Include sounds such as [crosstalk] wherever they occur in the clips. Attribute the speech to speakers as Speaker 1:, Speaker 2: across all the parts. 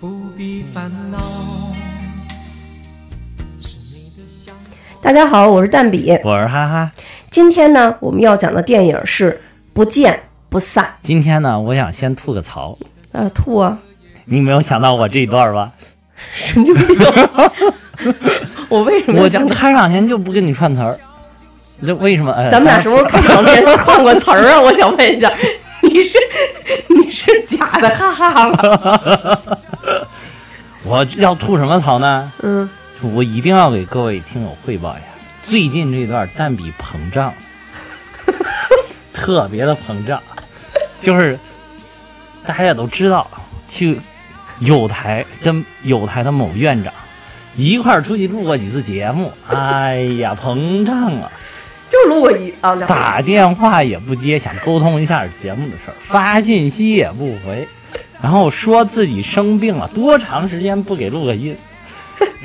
Speaker 1: 不必烦恼。
Speaker 2: 大家好，我是蛋比。
Speaker 3: 我是哈哈。
Speaker 2: 今天呢，我们要讲的电影是《不见不散》。
Speaker 3: 今天呢，我想先吐个槽，
Speaker 2: 呃，吐啊，
Speaker 3: 你没有想到我这一段吧？
Speaker 2: 神经 [laughs] 病！我为什么
Speaker 3: 我
Speaker 2: 想
Speaker 3: 就开场前就不跟你串词儿，这为什么？哎，
Speaker 2: 咱们俩是不是开场前换过词儿啊？我想问一下，你是你是假的哈哈吗？
Speaker 3: 我要吐什么槽呢？
Speaker 2: 嗯，
Speaker 3: 我一定要给各位听友汇报一下，最近这段蛋比膨胀， [laughs] 特别的膨胀，就是大家也都知道，去有台跟有台的某院长一块儿出去录过几次节目，哎呀，膨胀啊！
Speaker 2: 就录过一啊两个
Speaker 3: 打电话也不接，想沟通一下节目的事儿，发信息也不回，然后说自己生病了，多长时间不给录个 [laughs] 音？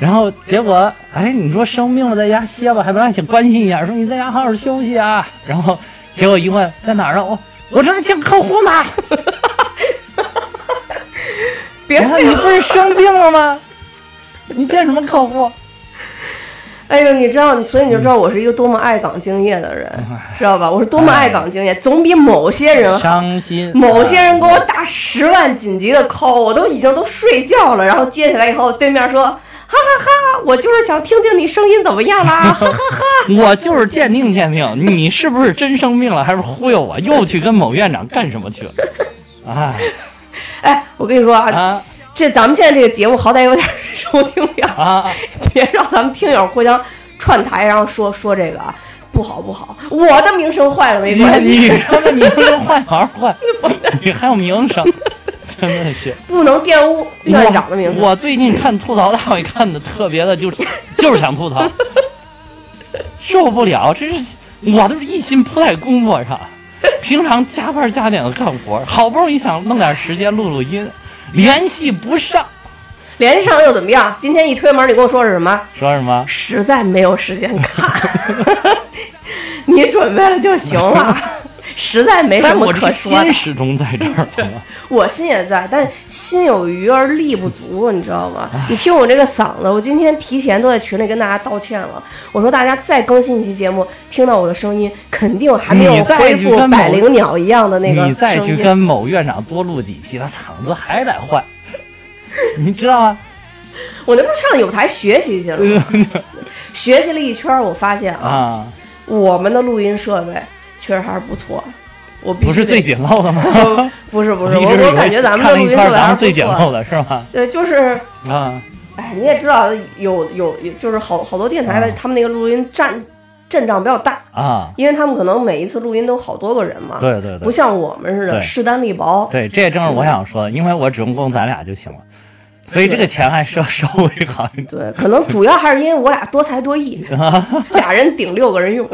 Speaker 3: 然后结果，哎，你说生病了在家歇吧，还不让想关心一下，说你在家好好休息啊。然后结果一问在哪儿啊？我我正在见客户呢。 [laughs]
Speaker 2: 别
Speaker 3: 然后
Speaker 2: 废
Speaker 3: 你
Speaker 2: 话！
Speaker 3: 不是生病了吗？你见什么客户？
Speaker 2: 哎呦，你知道，所以你就知道我是一个多么爱岗敬业的人，知道吧？我是多么爱岗敬业，总比某些人好。
Speaker 3: [laughs] 伤心。
Speaker 2: 某些人给我打十万紧急的 call，我都已经都睡觉了，然后接起来以后，对面说：“哈哈哈，我就是想听听你声音怎么样
Speaker 3: [laughs]
Speaker 2: 啦。”哈哈哈。
Speaker 3: 我就是鉴定鉴定，你是不是真生病了，还是忽悠我？又去跟某院长干什么去了？ [laughs] 哎
Speaker 2: 哎，我跟你说啊，
Speaker 3: 啊
Speaker 2: 这咱们现在这个节目好歹有点收听量，
Speaker 3: [laughs] 啊！
Speaker 2: 别让咱们听友互相串台，然后说说这个啊，不好不好，我的名声坏了没
Speaker 3: 你
Speaker 2: 关
Speaker 3: 你
Speaker 2: 系，
Speaker 3: 说的名声坏好好坏，你还有名声，真的是
Speaker 2: 不能玷污院长的名声。
Speaker 3: 我我最近看吐槽大会看的特别的，就是就是想吐槽， [laughs] 受不了，这是我都是一心扑在工作上，平常加班加点的干活，好不容易想弄点时间录录音，联系不上，
Speaker 2: 连上又怎么样？今天一推门，你跟我说是什么？
Speaker 3: 说什么？
Speaker 2: 实在没有时间看， [laughs] 你准备了就行了。实在 [laughs] 没什
Speaker 3: 但
Speaker 2: 么
Speaker 3: 我这
Speaker 2: 可
Speaker 3: 个
Speaker 2: 说的
Speaker 3: 心，始终在这
Speaker 2: [laughs]
Speaker 3: 儿，啊好吗
Speaker 2: 我心也在，但心有余而力不足，你知道吗？你听我这个嗓子，我今天提前都在群里跟大家道歉了。我说大家再更新一期节目，听到我的声音，肯定还没有
Speaker 3: 你再
Speaker 2: 恢
Speaker 3: 去
Speaker 2: 复
Speaker 3: 跟某
Speaker 2: 百灵鸟一样的那个
Speaker 3: 你再
Speaker 2: 声
Speaker 3: 去
Speaker 2: 音。
Speaker 3: 跟某院长多录几期，他嗓子还得换，你知道吗？
Speaker 2: 我那不是上有台学习去了吗，
Speaker 3: [laughs]
Speaker 2: 学习了一圈儿，我发现啊，
Speaker 3: 啊，
Speaker 2: 我们的录音设备确实还是不错的。我必须
Speaker 3: 不是
Speaker 2: 得
Speaker 3: 最简陋的吗？ [laughs]
Speaker 2: 不是不是，[laughs]
Speaker 3: 一
Speaker 2: 我
Speaker 3: 直以
Speaker 2: 我
Speaker 3: 为
Speaker 2: 感觉咱们
Speaker 3: 看
Speaker 2: 的
Speaker 3: 了
Speaker 2: 录
Speaker 3: 一
Speaker 2: 音设
Speaker 3: 圈
Speaker 2: 备
Speaker 3: 儿咱
Speaker 2: 还
Speaker 3: 们最
Speaker 2: 是不
Speaker 3: 简
Speaker 2: 错啊
Speaker 3: 陋
Speaker 2: 的。
Speaker 3: 的是吗？
Speaker 2: [laughs] 对，就是，
Speaker 3: 啊，
Speaker 2: 哎，你也知道，有有就是好好多电台的，
Speaker 3: 嗯
Speaker 2: 他们那个录音站阵仗比较大，
Speaker 3: 啊，
Speaker 2: 因为他们可能每一次录音都好多个人嘛，
Speaker 3: 对对
Speaker 2: 不
Speaker 3: 对，
Speaker 2: 像我们似的
Speaker 3: 对
Speaker 2: 势单力薄。
Speaker 3: 对，这正是我想说的，因为我只用供咱俩就行了，所以这个钱还是要稍微好一点。
Speaker 2: 对，可能主要还是因为我俩多才多
Speaker 3: [laughs]
Speaker 2: 艺，俩人顶六个人用。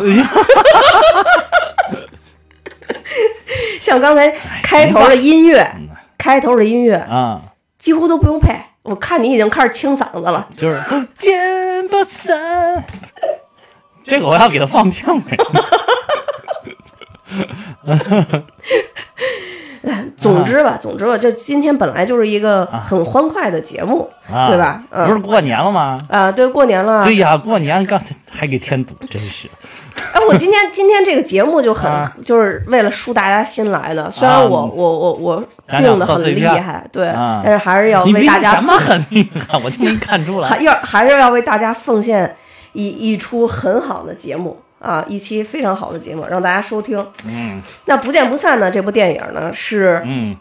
Speaker 2: 像刚才
Speaker 3: 哎
Speaker 2: 开头的音乐，
Speaker 3: 嗯
Speaker 2: 开头的音乐
Speaker 3: 啊，
Speaker 2: 几乎都不用配，我看你已经开始清嗓子了。 [laughs]
Speaker 3: 就是不见不散。这个我要给他放票没？
Speaker 2: 总之
Speaker 3: 啊
Speaker 2: 吧，总之吧，就今天本来就是一个很欢快的节目，
Speaker 3: 啊，
Speaker 2: 对吧？嗯，
Speaker 3: 不是过年了吗？
Speaker 2: 啊，对，过年了。
Speaker 3: 对呀，过年刚才还给添堵，真是
Speaker 2: 哎，我今
Speaker 3: [laughs]
Speaker 2: 天今天这个节目就很、
Speaker 3: 啊
Speaker 2: 就是为了舒大家心来的。虽然
Speaker 3: 啊
Speaker 2: 我、我我我
Speaker 3: 咱俩
Speaker 2: 病得
Speaker 3: 贺
Speaker 2: 很
Speaker 3: 岁
Speaker 2: 厉
Speaker 3: 片
Speaker 2: 害，对，
Speaker 3: 啊
Speaker 2: 但是还是要
Speaker 3: 你
Speaker 2: 为
Speaker 3: 比
Speaker 2: 大家
Speaker 3: 什么很厉害，我就没看出来
Speaker 2: 还。要还是要为大家奉献一一出很好的节目啊，一期非常好的节目，让大家收听。
Speaker 3: 嗯
Speaker 2: 那《不见不散》呢，这部电影呢是
Speaker 3: 嗯，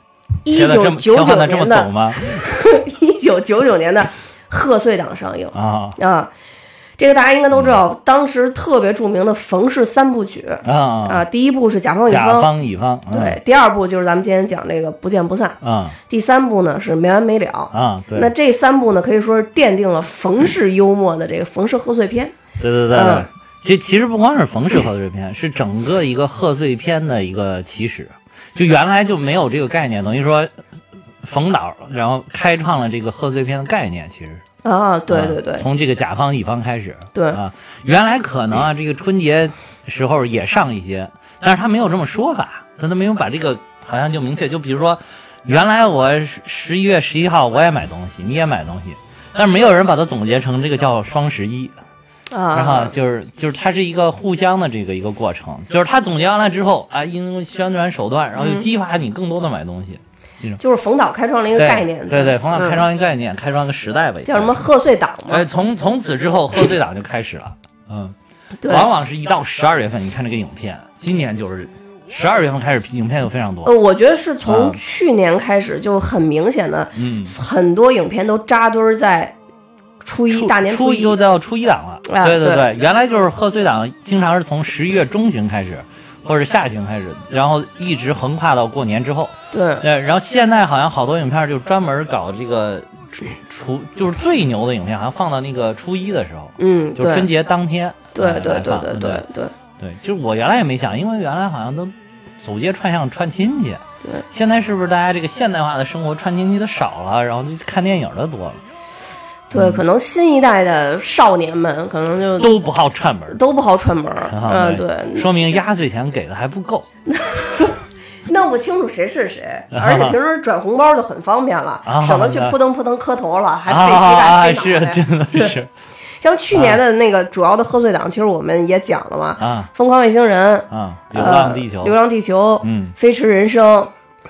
Speaker 2: 一
Speaker 3: 切得
Speaker 2: 九
Speaker 3: 这么
Speaker 2: 九
Speaker 3: 切换
Speaker 2: 九
Speaker 3: 的这么
Speaker 2: 年
Speaker 3: 懂
Speaker 2: 的
Speaker 3: 吗？
Speaker 2: [laughs] 一九九九年的贺岁档上映。
Speaker 3: 啊
Speaker 2: 啊，这个大家应该都知道，当时特别著名的冯氏三部曲
Speaker 3: 啊！
Speaker 2: 啊，第一部是《甲方乙
Speaker 3: 甲
Speaker 2: 方》，
Speaker 3: 方乙方，嗯
Speaker 2: 对，第二部就是咱们今天讲这个《不见不散》，
Speaker 3: 啊
Speaker 2: 第三部呢是《没完没了》。
Speaker 3: 啊，对
Speaker 2: 那这三部呢，可以说是奠定了冯氏幽默的这个冯氏贺岁片。
Speaker 3: 对对对对
Speaker 2: 嗯，
Speaker 3: 其其实不光是冯氏贺岁片，是整个一个贺岁片的一个起始，就原来就没有这个概念，等于说冯导然后开创了这个贺岁片的概念，其实
Speaker 2: 啊，对
Speaker 3: 啊
Speaker 2: 对对，
Speaker 3: 从这个甲方乙方开始，
Speaker 2: 对
Speaker 3: 啊，原来可能啊，这个春节时候也上一些，但是他没有这么说法，他都没有把这个好像就明确，就比如说
Speaker 4: 原来我十十一月十一号我也买东西，你也买东西，但是没有人把它总结成这个叫双十一。然后
Speaker 2: 啊，
Speaker 4: 就是就是它是一个互相的这个一个过程，就是他总结完了之后啊，因宣传手段，然后就激发你更多的买东西。
Speaker 2: 就是冯导开创了一个
Speaker 4: 对
Speaker 2: 嗯概念，
Speaker 4: 对对，冯导
Speaker 2: 嗯
Speaker 4: 开创一个概念，开创一个时代吧，
Speaker 2: 叫什么？贺岁档
Speaker 4: 呃，
Speaker 2: 嘛，
Speaker 4: 从从此之后，贺岁档就开始了。嗯，
Speaker 2: 对。
Speaker 4: 往往是一到十二月份，你看这个影片，今年就是十二月份开始，影片就非常
Speaker 2: 呃，
Speaker 4: 多。
Speaker 2: 我觉得是从
Speaker 4: 啊
Speaker 2: 去年开始就很明显的，
Speaker 4: 嗯，
Speaker 2: 很多影片都扎堆儿在初一
Speaker 4: 初
Speaker 2: 大年
Speaker 4: 初
Speaker 2: 一
Speaker 4: 就到初一档了。
Speaker 2: 啊
Speaker 4: 对
Speaker 2: 对
Speaker 4: 对，原来就是贺岁档，经常是从十一月中旬开始，或者下旬开始，然后一直横跨到过年之后。
Speaker 2: 对，
Speaker 4: 对，然后现在好像好多影片就专门搞这个除除，就是最牛的影片，好像放到那个初一的时候，
Speaker 2: 嗯，
Speaker 4: 就是春
Speaker 2: 对，
Speaker 4: 节当天。
Speaker 2: 对
Speaker 4: 呃
Speaker 2: 对
Speaker 4: 来
Speaker 2: 对
Speaker 4: 放
Speaker 2: 对
Speaker 4: 对
Speaker 2: 对嗯对，
Speaker 4: 对，就是我原来也没想，因为原来好像都走街串巷串亲戚。
Speaker 2: 对，
Speaker 4: 现在是不是大家这个现代化的生活串亲戚的少了，然后就看电影的多了，
Speaker 2: 对，可能新一代的少年们可能就
Speaker 4: 都不好串门。
Speaker 2: 都不好串门儿，
Speaker 4: 啊
Speaker 2: 嗯，对，
Speaker 4: 说明压岁钱给的还不够。
Speaker 2: 弄不清楚谁是谁，而且平时转红包就很方便了
Speaker 4: 啊，
Speaker 2: 省得去
Speaker 4: 那
Speaker 2: 扑腾扑腾磕头了，还
Speaker 4: 啊
Speaker 2: 费膝
Speaker 4: 啊
Speaker 2: 盖
Speaker 4: 啊！
Speaker 2: 费
Speaker 4: 是
Speaker 2: 脑袋。
Speaker 4: 真的是
Speaker 2: 像去年的那个主要的贺岁档，其实我们也讲了嘛，
Speaker 4: 啊
Speaker 2: 疯狂外星人》
Speaker 4: 啊！流
Speaker 2: 呃
Speaker 4: 浪地球，
Speaker 2: 流浪地球》、
Speaker 4: 嗯
Speaker 2: 《飞驰人生》，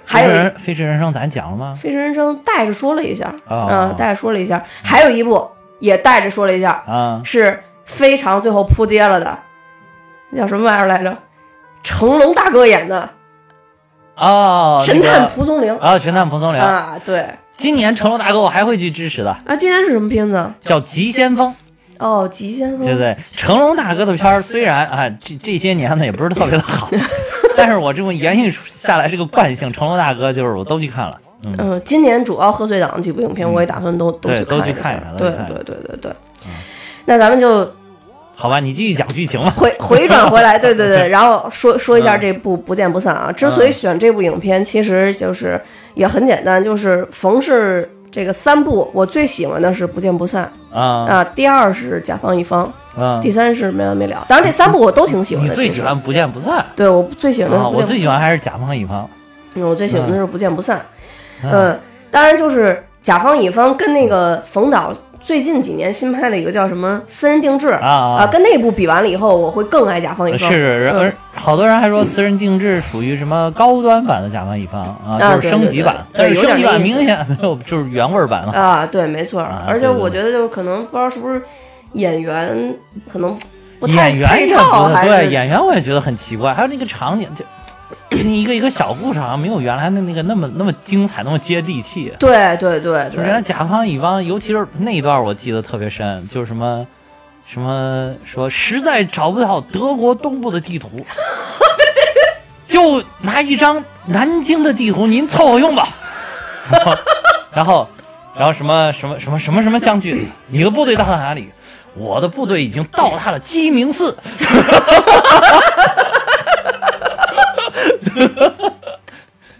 Speaker 2: 还有
Speaker 4: 飞驰人
Speaker 2: 《
Speaker 4: 飞驰人生，咱讲了吗？
Speaker 2: 飞驰人生》带着说了一下，
Speaker 4: 哦
Speaker 2: 嗯，带着说了一下，还有一部也带着说了一下，
Speaker 4: 啊，
Speaker 2: 是非常最后扑街了的，那叫什么玩意儿来着？成龙大哥演的
Speaker 4: 哦，
Speaker 2: 《
Speaker 4: 那
Speaker 2: 神探
Speaker 4: 个
Speaker 2: 蒲松龄》
Speaker 4: 啊，神探蒲松龄。
Speaker 2: 啊，对
Speaker 4: 今年成龙大哥我还会去支持的，
Speaker 2: 啊，今天是什么片子啊？
Speaker 4: 叫《急先锋》，
Speaker 2: 哦，《急先锋
Speaker 4: 对不》对？成龙大哥的片儿虽然啊，这这些年呢也不是特别的
Speaker 2: [laughs]
Speaker 4: 好，但是我这么延续下来这个惯性，成龙大哥就是我都去看了。嗯，
Speaker 2: 嗯，今年主要贺岁档几部影片，我也打算都、
Speaker 4: 对
Speaker 2: 都
Speaker 4: 都去
Speaker 2: 去
Speaker 4: 看
Speaker 2: 看
Speaker 4: 一下
Speaker 2: 下。
Speaker 4: 都
Speaker 2: 对
Speaker 4: 去看一下嗯
Speaker 2: 对对对对。那咱们就
Speaker 4: 好吧，你继续讲剧情吧。
Speaker 2: 回回转回
Speaker 4: [laughs]
Speaker 2: 来，对对对，然后说
Speaker 4: 嗯
Speaker 2: 说一下这部《不见不散》啊。之所以选这部影片，其实就是也很简单，就是逢是这个三部，我最喜欢的是《不见不散》
Speaker 4: 啊
Speaker 2: 啊，第二是《甲方乙方》，
Speaker 4: 啊
Speaker 2: 第，三是没完没了。当然，这三部我都挺喜欢
Speaker 4: 你
Speaker 2: 的。
Speaker 4: 最
Speaker 2: 其实
Speaker 4: 喜欢不见不散
Speaker 2: 对我最喜欢的是
Speaker 4: 啊？
Speaker 2: 嗯不见不
Speaker 4: 我
Speaker 2: 散
Speaker 4: 最喜欢还是甲方乙方。
Speaker 2: 嗯我最喜欢的是不见不散。
Speaker 4: 嗯
Speaker 2: 嗯，当然就是甲方乙方跟那个冯导最近几年新拍的一个叫什么《私人定制》
Speaker 4: 啊啊
Speaker 2: 跟那部比完了以后，我会更爱甲方乙
Speaker 4: 是
Speaker 2: 方。
Speaker 4: 是，然而
Speaker 2: 嗯
Speaker 4: 好多人还说私人定制属于什么高端版的甲方乙方啊，
Speaker 2: 啊
Speaker 4: 就是
Speaker 2: 对
Speaker 4: 升
Speaker 2: 对
Speaker 4: 级
Speaker 2: 对
Speaker 4: 版，
Speaker 2: 对
Speaker 4: 但是
Speaker 2: 有
Speaker 4: 升
Speaker 2: 点
Speaker 4: 级
Speaker 2: 那
Speaker 4: 版
Speaker 2: 意思
Speaker 4: 明显没有就是原味儿版了。
Speaker 2: 啊，对，没错。
Speaker 4: 啊
Speaker 2: 而且
Speaker 4: 对对
Speaker 2: 我
Speaker 4: 对
Speaker 2: 觉得就是可能不知道是不是演员可能不太
Speaker 4: 演员
Speaker 2: 配
Speaker 4: 也
Speaker 2: 套，
Speaker 4: 不
Speaker 2: 还是
Speaker 4: 对，演员我也觉得很奇怪，还有那个场景，就 [clears throat] 给你一个一个小故事，好像没有原来的那个那么那么精彩，那么接地气。
Speaker 2: 对对对
Speaker 4: 就是原来
Speaker 2: 对，
Speaker 4: 甲方乙方，尤其是那一段，我记得特别深，就是什么什么说实在找不到德国东部的地图， [laughs] 就拿一张南京的地图，您凑合用吧。然后，然后，然后什么什么什么什么什么将军，你的部队到达哪里？我的部队已经到达了鸡鸣寺。 [laughs]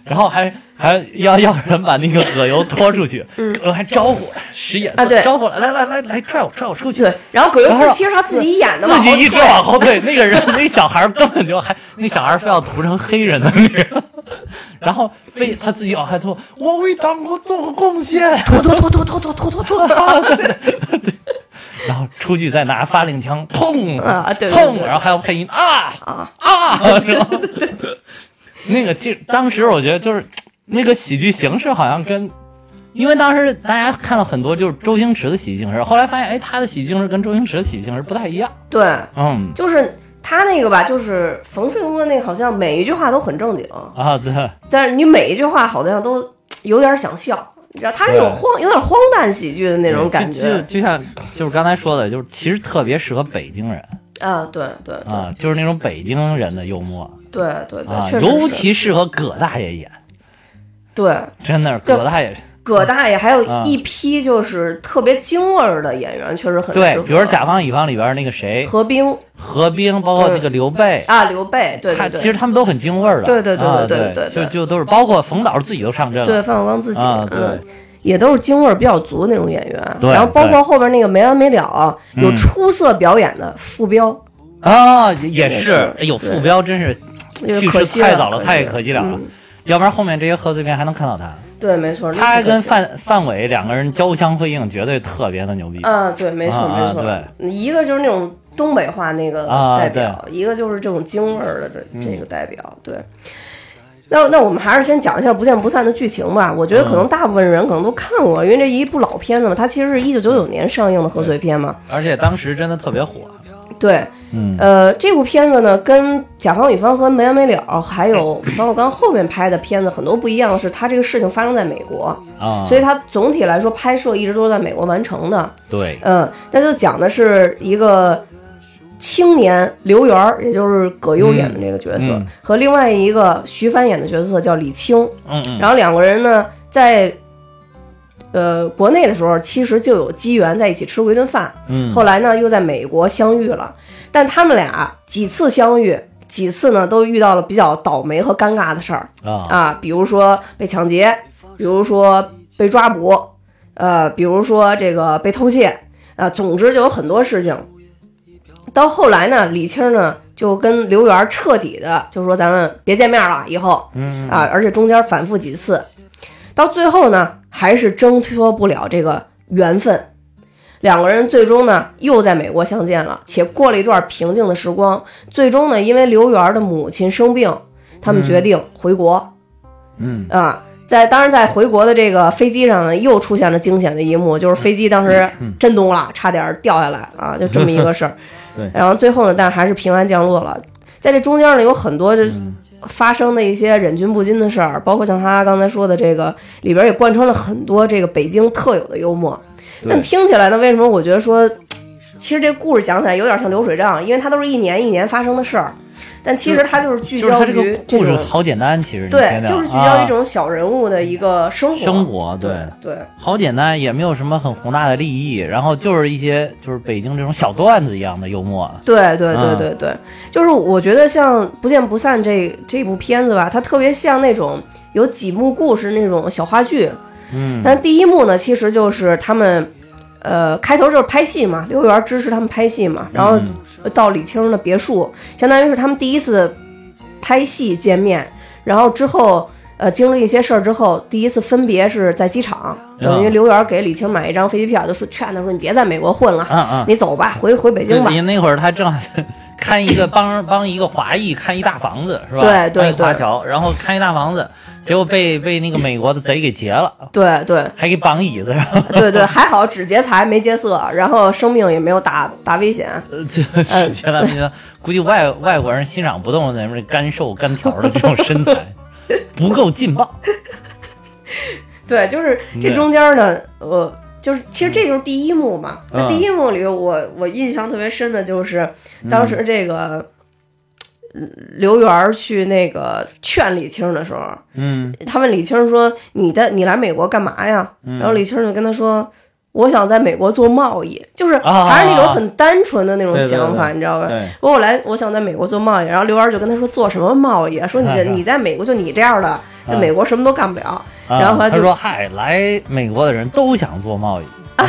Speaker 4: 然后还还要要人把那个葛优拖出去，葛优还招呼了，使眼色、
Speaker 2: 嗯啊对
Speaker 4: 招呼了，来来来来，踹我踹我出去。
Speaker 2: 对。然后葛优
Speaker 4: 然后
Speaker 2: 自其实他自己演的嘛，
Speaker 4: 自己一
Speaker 2: 我
Speaker 4: 直往后退， [laughs] 那个人那小孩根本就还那小孩非要涂成黑人的那个， [laughs] 然后非他自己往后退，我为党国做过贡献， [laughs]
Speaker 2: 突突突突突突突突突，
Speaker 4: 然后出去再拿发令枪砰
Speaker 2: 啊对对
Speaker 4: 砰，
Speaker 2: 对
Speaker 4: 然后还要配音啊
Speaker 2: 啊
Speaker 4: 啊，然后 [laughs] 那个这当时我觉得就是那个喜剧形式好像跟。因为当时大家看了很多就是周星驰的喜剧形式，后来发现哎，他的喜剧形式跟周星驰的喜剧形式不太一样。
Speaker 2: 对，
Speaker 4: 嗯
Speaker 2: 就是他那个吧，就是冯翠波那个，好像每一句话都很正经，
Speaker 4: 啊，对，
Speaker 2: 但是你每一句话好像都有点想笑，你知道他那种
Speaker 4: 对
Speaker 2: 荒有点荒诞喜剧的那种
Speaker 4: 对
Speaker 2: 感
Speaker 4: 就就
Speaker 2: 觉
Speaker 4: 就像就是刚才说的，就是其实特别适合北京人
Speaker 2: 啊，对对
Speaker 4: 啊，就是那种北京人的幽默
Speaker 2: 对对
Speaker 4: 啊
Speaker 2: 对，，确实
Speaker 4: 尤
Speaker 2: 是
Speaker 4: 其适合葛大爷演，
Speaker 2: 对
Speaker 4: 真的
Speaker 2: 对
Speaker 4: 葛大爷
Speaker 2: 葛大爷还有
Speaker 4: 啊
Speaker 2: 一批就是特别京味儿的演员，确实很适
Speaker 4: 对
Speaker 2: 合，
Speaker 4: 比如甲方乙方里边那个谁
Speaker 2: 何冰
Speaker 4: 何冰，包括那个刘备。
Speaker 2: 啊，刘备，对
Speaker 4: 他
Speaker 2: 对
Speaker 4: 其实
Speaker 2: 对，
Speaker 4: 他们都很京味儿的，
Speaker 2: 对对对
Speaker 4: 啊
Speaker 2: 对对对
Speaker 4: 就
Speaker 2: 对
Speaker 4: 就都是包括冯导自己都上阵
Speaker 2: 对
Speaker 4: 了，
Speaker 2: 范晓刚自己，
Speaker 4: 啊对
Speaker 2: 嗯。也都是京味儿比较足的那种演员，
Speaker 4: 对
Speaker 2: 然后包
Speaker 4: 对
Speaker 2: 括后边那个没完没了有
Speaker 4: 嗯
Speaker 2: 出色表演的傅彪，
Speaker 4: 啊，也也
Speaker 2: 也
Speaker 4: 是
Speaker 2: 是，
Speaker 4: 哎呦，
Speaker 2: 对
Speaker 4: 傅彪真是
Speaker 2: 有点
Speaker 4: 去
Speaker 2: 可
Speaker 4: 世
Speaker 2: 惜
Speaker 4: 太早了，
Speaker 2: 了，
Speaker 4: 太可惜了啊
Speaker 2: 嗯。
Speaker 4: 要不然后面这些贺岁片还能看到他。
Speaker 2: 对，没错，那
Speaker 4: 他
Speaker 2: 不可
Speaker 4: 跟
Speaker 2: 行
Speaker 4: 范范伟两个人交相辉映，绝对特别的牛逼。
Speaker 2: 啊，对，没错，
Speaker 4: 啊啊
Speaker 2: 没错，
Speaker 4: 对
Speaker 2: 一个就是那种东北话那个
Speaker 4: 啊嗯
Speaker 2: 代表，一个就是这种京味儿的这、这个代表，对。那那我们还是先讲一下《不见不散》的剧情吧。我觉得可
Speaker 4: 嗯
Speaker 2: 能大部分人可能都看过，因为这一部老片子嘛，它其实是一九九九年上映的贺岁片嘛。
Speaker 4: 而且当时真的特别火。
Speaker 2: 对，
Speaker 4: 嗯
Speaker 2: 呃，这部片子呢，跟《甲方乙方》和《没完没了》还有
Speaker 4: 哎
Speaker 2: 冯小刚后面拍的片子很多不一样的是，它这个事情发生在美国，
Speaker 4: 啊，
Speaker 2: 所以它总体来说拍摄一直都是在美国完成的。
Speaker 4: 对，
Speaker 2: 嗯，那就讲的是一个青年刘源儿，也就是葛优演的这个角色，
Speaker 4: 嗯嗯
Speaker 2: 和另外一个徐帆演的角色叫李青。
Speaker 4: 嗯嗯，
Speaker 2: 然后两个人呢，在呃国内的时候，其实就有机缘在一起吃过一顿饭。
Speaker 4: 嗯
Speaker 2: 后来呢，又在美国相遇了，但他们俩几次相遇。几次呢，都遇到了比较倒霉和尴尬的事儿
Speaker 4: 啊
Speaker 2: 啊，比如说被抢劫，比如说被抓捕，呃，比如说这个被偷窃，啊，总之就有很多事情。到后来呢，李青呢就跟刘源彻底的就说咱们别见面了，以后，
Speaker 4: 嗯
Speaker 2: 啊，而且中间反复几次，到最后呢还是挣脱不了这个缘分。两个人最终呢又在美国相见了，且过了一段平静的时光。最终呢，因为刘源的母亲生病，他们决定回国。
Speaker 4: 嗯。
Speaker 2: 啊，在当然在回国的这个飞机上呢，又出现了惊险的一幕，就是飞机当时震动了，差点掉下来啊，就这么一个事儿
Speaker 4: [laughs] 对
Speaker 2: 然后最后呢，但还是平安降落了。在这中间呢，有很多就是
Speaker 4: 嗯
Speaker 2: 发生的一些忍俊不禁的事儿，包括像他刚才说的这个里边也贯穿了很多这个北京特有的幽默。但
Speaker 4: 对
Speaker 2: 听起来呢，为什么我觉得说，其实这故事讲起来有点像流水账，因为它都是一年一年发生的事儿，但其实它就是聚
Speaker 4: 就是
Speaker 2: 焦
Speaker 4: 他这个
Speaker 2: 于
Speaker 4: 故事
Speaker 2: 种
Speaker 4: 好简单，其实你
Speaker 2: 对
Speaker 4: 听，着
Speaker 2: 就是聚焦于
Speaker 4: 啊
Speaker 2: 这种小人物的一个生活。
Speaker 4: 生活
Speaker 2: 对
Speaker 4: 对。
Speaker 2: 对
Speaker 4: 好简单，也没有什么很宏大的利益，然后就是一些就是北京这种小段子一样的幽默。
Speaker 2: 对对对
Speaker 4: 嗯
Speaker 2: 对对，就是我觉得像《不见不散这》这部片子吧，它特别像那种有几幕故事那种小话剧。
Speaker 4: 嗯，
Speaker 2: 但第一幕呢，其实就是他们。呃，开头就是拍戏嘛，刘源支持他们拍戏嘛，然后
Speaker 4: 嗯
Speaker 2: 呃到李青的别墅，相当于是他们第一次拍戏见面，然后之后呃经历一些事儿之后，第一次分别是在机场，等于
Speaker 4: 嗯
Speaker 2: 刘源给李青买一张飞机票，就说劝他说你别在美国混了，
Speaker 4: 嗯嗯
Speaker 2: 你走吧，回回北京
Speaker 4: 就
Speaker 2: 吧
Speaker 4: 你。那会儿他正 [laughs] 好看一个帮帮一个华裔看一大房子是吧？
Speaker 2: 对对
Speaker 4: 帮一华
Speaker 2: 对
Speaker 4: 侨，然后看一大房子，结果被被那个美国的贼给劫了，
Speaker 2: 对对
Speaker 4: 还给绑椅子上， [laughs]
Speaker 2: 对对，还好只劫财没劫色，然后生命也没有打打危险。
Speaker 4: 呃这是前两天估计外外国人欣赏不动咱们这干瘦干条的这种身材，不够劲爆。
Speaker 2: [laughs] 对，就是这
Speaker 4: 对
Speaker 2: 中间呢，呃，就是其实这就是第一幕嘛。那、
Speaker 4: 嗯
Speaker 2: 第一幕里我，我印象特别深的就是当时这个。嗯刘源儿去那个劝李青的时候，
Speaker 4: 嗯
Speaker 2: 他问李青说：“你的你来美国干嘛呀？”
Speaker 4: 嗯
Speaker 2: 然后李青就跟他说：“我想在美国做贸易，就是
Speaker 4: 啊
Speaker 2: 还是那种很单纯的那种
Speaker 4: 对对
Speaker 2: 想法，
Speaker 4: 对
Speaker 2: 你知道吧？
Speaker 4: 对
Speaker 2: 我我来，我想在美国做贸易，然后刘源就跟他说做什么贸易啊？说你
Speaker 4: [laughs]
Speaker 2: 这你在美国就你这样的，在美国什么都干不了。
Speaker 4: 啊
Speaker 2: 然后
Speaker 4: 他
Speaker 2: 就
Speaker 4: 说：“嗨，来美国的人都想做贸易，
Speaker 2: [laughs]
Speaker 4: 啊、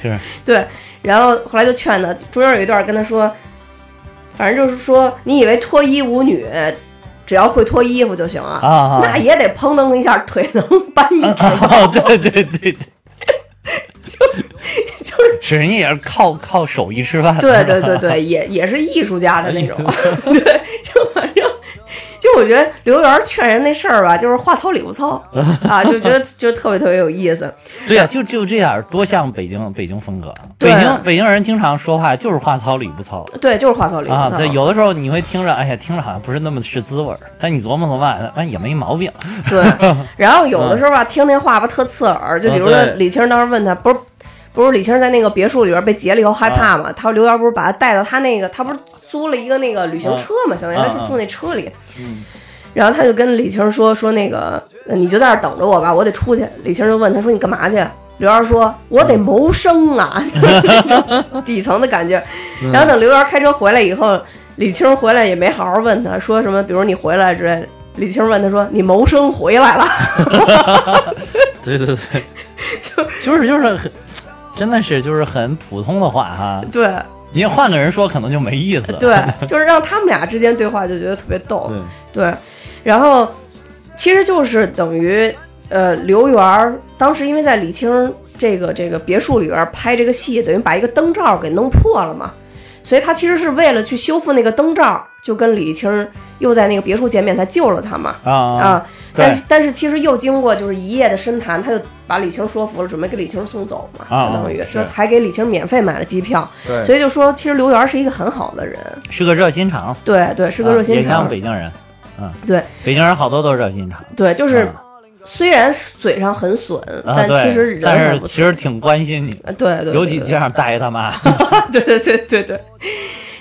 Speaker 4: 是啊
Speaker 2: 对，然后后来就劝他，中间有一段跟他说，反正就是说，你以为脱衣舞女，只要会脱衣服就行啊？
Speaker 4: 啊，
Speaker 2: 那也得砰噔一下，腿能搬
Speaker 4: [laughs]
Speaker 2: 一 [laughs] 尺高。
Speaker 4: 啊，对对对对，就是是人家也是靠靠手艺吃饭的，
Speaker 2: 对对对对，也也是艺术家的那
Speaker 4: [laughs]
Speaker 2: 种，对，就反正。就我觉得刘源劝人那事儿吧，就是话糙理不糙啊，就觉得就特别特别有意思。
Speaker 4: 对呀、就就这样，多像北京北京风格。啊
Speaker 2: 对
Speaker 4: 北京北京人经常说话就是话糙理不糙
Speaker 2: 对，就是话糙理不
Speaker 4: 啊，
Speaker 2: 糙。
Speaker 4: 对，有的时候你会听着，哎呀，听着好像不是那么是滋味儿，但你琢磨琢磨，哎，也没毛病。
Speaker 2: 对，然后有的时候吧，听那话吧特刺耳，就比如说
Speaker 4: 嗯对
Speaker 2: 李青当时问他，不是不是李青在那个别墅里边被劫了以后害怕嘛？他刘源不是把他带到他那个，他不是租了一个那个旅行车嘛，相当于
Speaker 4: 嗯
Speaker 2: 他就
Speaker 4: 嗯
Speaker 2: 住那车里。然后他就跟李青说说那个，呃你就在这儿等着我吧，我得出去。李青就问他说你干嘛去？刘源说：“我得谋生啊，底层的感觉。”然后等刘源开车回来以后，李青回来也没好好问他说什么，比如你回来之类的。李青问他说：“你谋生回来了？”
Speaker 4: 对对对，就是就是很，真的是就是很普通的话哈。
Speaker 2: 对
Speaker 4: 你要换个人说，可能就没意思了。
Speaker 2: 对，就是让他们俩之间对话就觉得特别逗。对，然后其实就是等于呃，刘源儿当时因为在李青这个这个别墅里边拍这个戏，等于把一个灯罩给弄破了嘛，所以他其实是为了去修复那个灯罩，就跟李青又在那个别墅见面，才救了他嘛。
Speaker 4: 啊
Speaker 2: 啊，
Speaker 4: 对
Speaker 2: 但是但是其实又经过就是一夜的深谈，他就把李青说服了，准备给李青送走嘛，
Speaker 4: 啊
Speaker 2: 相当于
Speaker 4: 是
Speaker 2: 就还给李青免费买了机票，
Speaker 3: 对，
Speaker 2: 所以就说其实刘源是一个很好的人，
Speaker 4: 是个热心肠，
Speaker 2: 对对，是个热
Speaker 4: 啊
Speaker 2: 心
Speaker 4: 也像
Speaker 2: 肠，
Speaker 4: 北京人，嗯，
Speaker 2: 对
Speaker 4: 北京人好多都是热心肠，
Speaker 2: 对，就是
Speaker 4: 啊
Speaker 2: 虽然嘴上很损，
Speaker 4: 啊，
Speaker 2: 但其
Speaker 4: 对，
Speaker 2: 实人
Speaker 4: 但
Speaker 2: 很
Speaker 4: 是
Speaker 2: 不
Speaker 4: 其
Speaker 2: 错，
Speaker 4: 实挺关心你，
Speaker 2: 呃对对，
Speaker 4: 尤
Speaker 2: 对
Speaker 4: 其
Speaker 2: 对
Speaker 4: 街上大爷大妈，
Speaker 2: 对对对对对。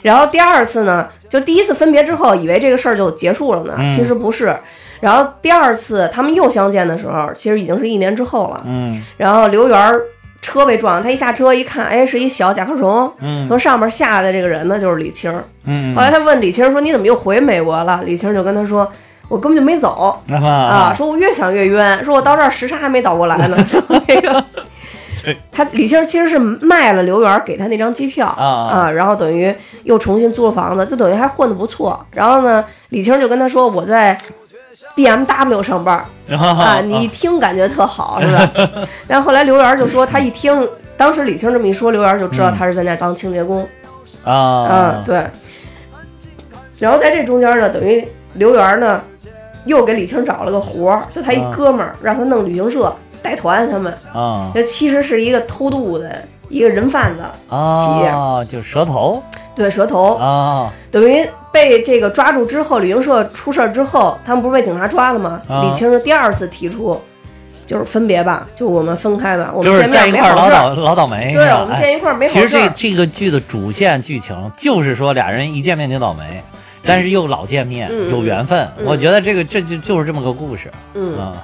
Speaker 2: 然后第二次呢，就第一次分别之后，以为这个事儿就结束了呢，
Speaker 4: 嗯
Speaker 2: 其实不是。然后第二次他们又相见的时候，其实已经是一年之后了。
Speaker 4: 嗯 [laughs]
Speaker 2: 然后刘源儿车被撞，他一下车一看，哎，是一小甲壳虫。
Speaker 4: 嗯
Speaker 2: 从上面下来的这个人呢，就是李青儿。
Speaker 4: 嗯
Speaker 2: 后来他问李青儿说：“你怎么又回美国了？”李青儿就跟他说：“我根本就没走，
Speaker 4: 啊
Speaker 2: 啊，，说我越想越冤，说我到这儿时差还没倒过来呢。说那 [laughs] 个
Speaker 4: 对，
Speaker 2: 他李青儿其实是卖了刘源儿给他那张机票
Speaker 4: 啊
Speaker 2: 然后等于又重新租了房子，就等于还混得不错。然后呢，李青儿就跟他说我在 BMW 上班儿
Speaker 4: 然后
Speaker 2: 啊，你一听感觉特好是吧？ [laughs] 但后来刘源儿就说他一听，当时李青这么一说，刘源儿就知道他是在那儿当清洁工。嗯
Speaker 4: 啊，，
Speaker 2: 对。然后在这中间呢，等于刘源呢又给李青找了个活儿，就他一
Speaker 4: 啊
Speaker 2: 哥们儿让他弄旅行社带团，他们
Speaker 4: 啊
Speaker 2: 这其实是一个偷渡的一个人贩子，
Speaker 4: 啊，就舌头
Speaker 2: 对蛇头，
Speaker 4: 啊
Speaker 2: 等于被这个抓住之后，旅行社出事儿之后，他们不是被警察抓了吗？
Speaker 4: 啊
Speaker 2: 李青就第二次提出。就是分别吧，就我们分开吧，我们
Speaker 4: 就是
Speaker 2: 见
Speaker 4: 在
Speaker 2: 面
Speaker 4: 一
Speaker 2: 没
Speaker 4: 块儿
Speaker 2: 好
Speaker 4: 老
Speaker 2: 事儿。
Speaker 4: 倒老倒霉，
Speaker 2: 对，
Speaker 4: 是吧
Speaker 2: 我们
Speaker 4: 哎
Speaker 2: 见一块儿没好
Speaker 4: 其
Speaker 2: 事
Speaker 4: 实这
Speaker 2: 儿。
Speaker 4: 这个剧的主线剧情就是说俩人一见面就倒霉，但是又老见面，
Speaker 2: 嗯
Speaker 4: 有缘分。
Speaker 2: 嗯
Speaker 4: 我觉得这个这就就是这么个故事
Speaker 2: 嗯，
Speaker 4: 啊。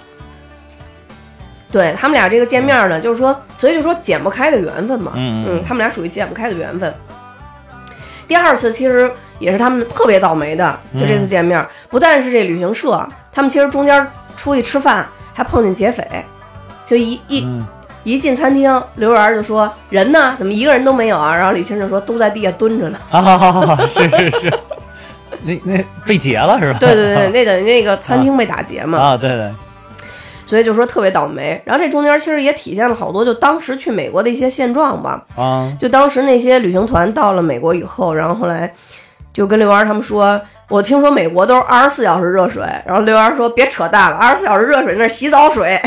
Speaker 2: 对他们俩这个见面呢，就是说，所以就说剪不开的缘分嘛。
Speaker 4: 嗯
Speaker 2: 嗯，他们俩属于剪不开的缘分。第二次其实也是他们特别倒霉的，
Speaker 4: 嗯
Speaker 2: 就这次见面，不但是这旅行社，他们其实中间出去吃饭还碰见劫匪，就一一、
Speaker 4: 嗯
Speaker 2: 一进餐厅，刘源儿就说人呢怎么一个人都没有啊？然后李青就说都在地下蹲着呢。
Speaker 4: 啊，是是是，那那被劫了是吧？
Speaker 2: 对 [laughs] 对对，那等于那个餐厅被打劫嘛，
Speaker 4: [laughs] 啊，对对，
Speaker 2: 所以就说特别倒霉。然后这中间其实也体现了好多就当时去美国的一些现状吧，
Speaker 4: 啊
Speaker 2: 就当时那些旅行团到了美国以后，然后后来就跟刘源他们说，我听说美国都是二十四小时热水，然后刘源说别扯淡了，二十四小时热水那是洗澡
Speaker 4: [laughs]
Speaker 2: 水，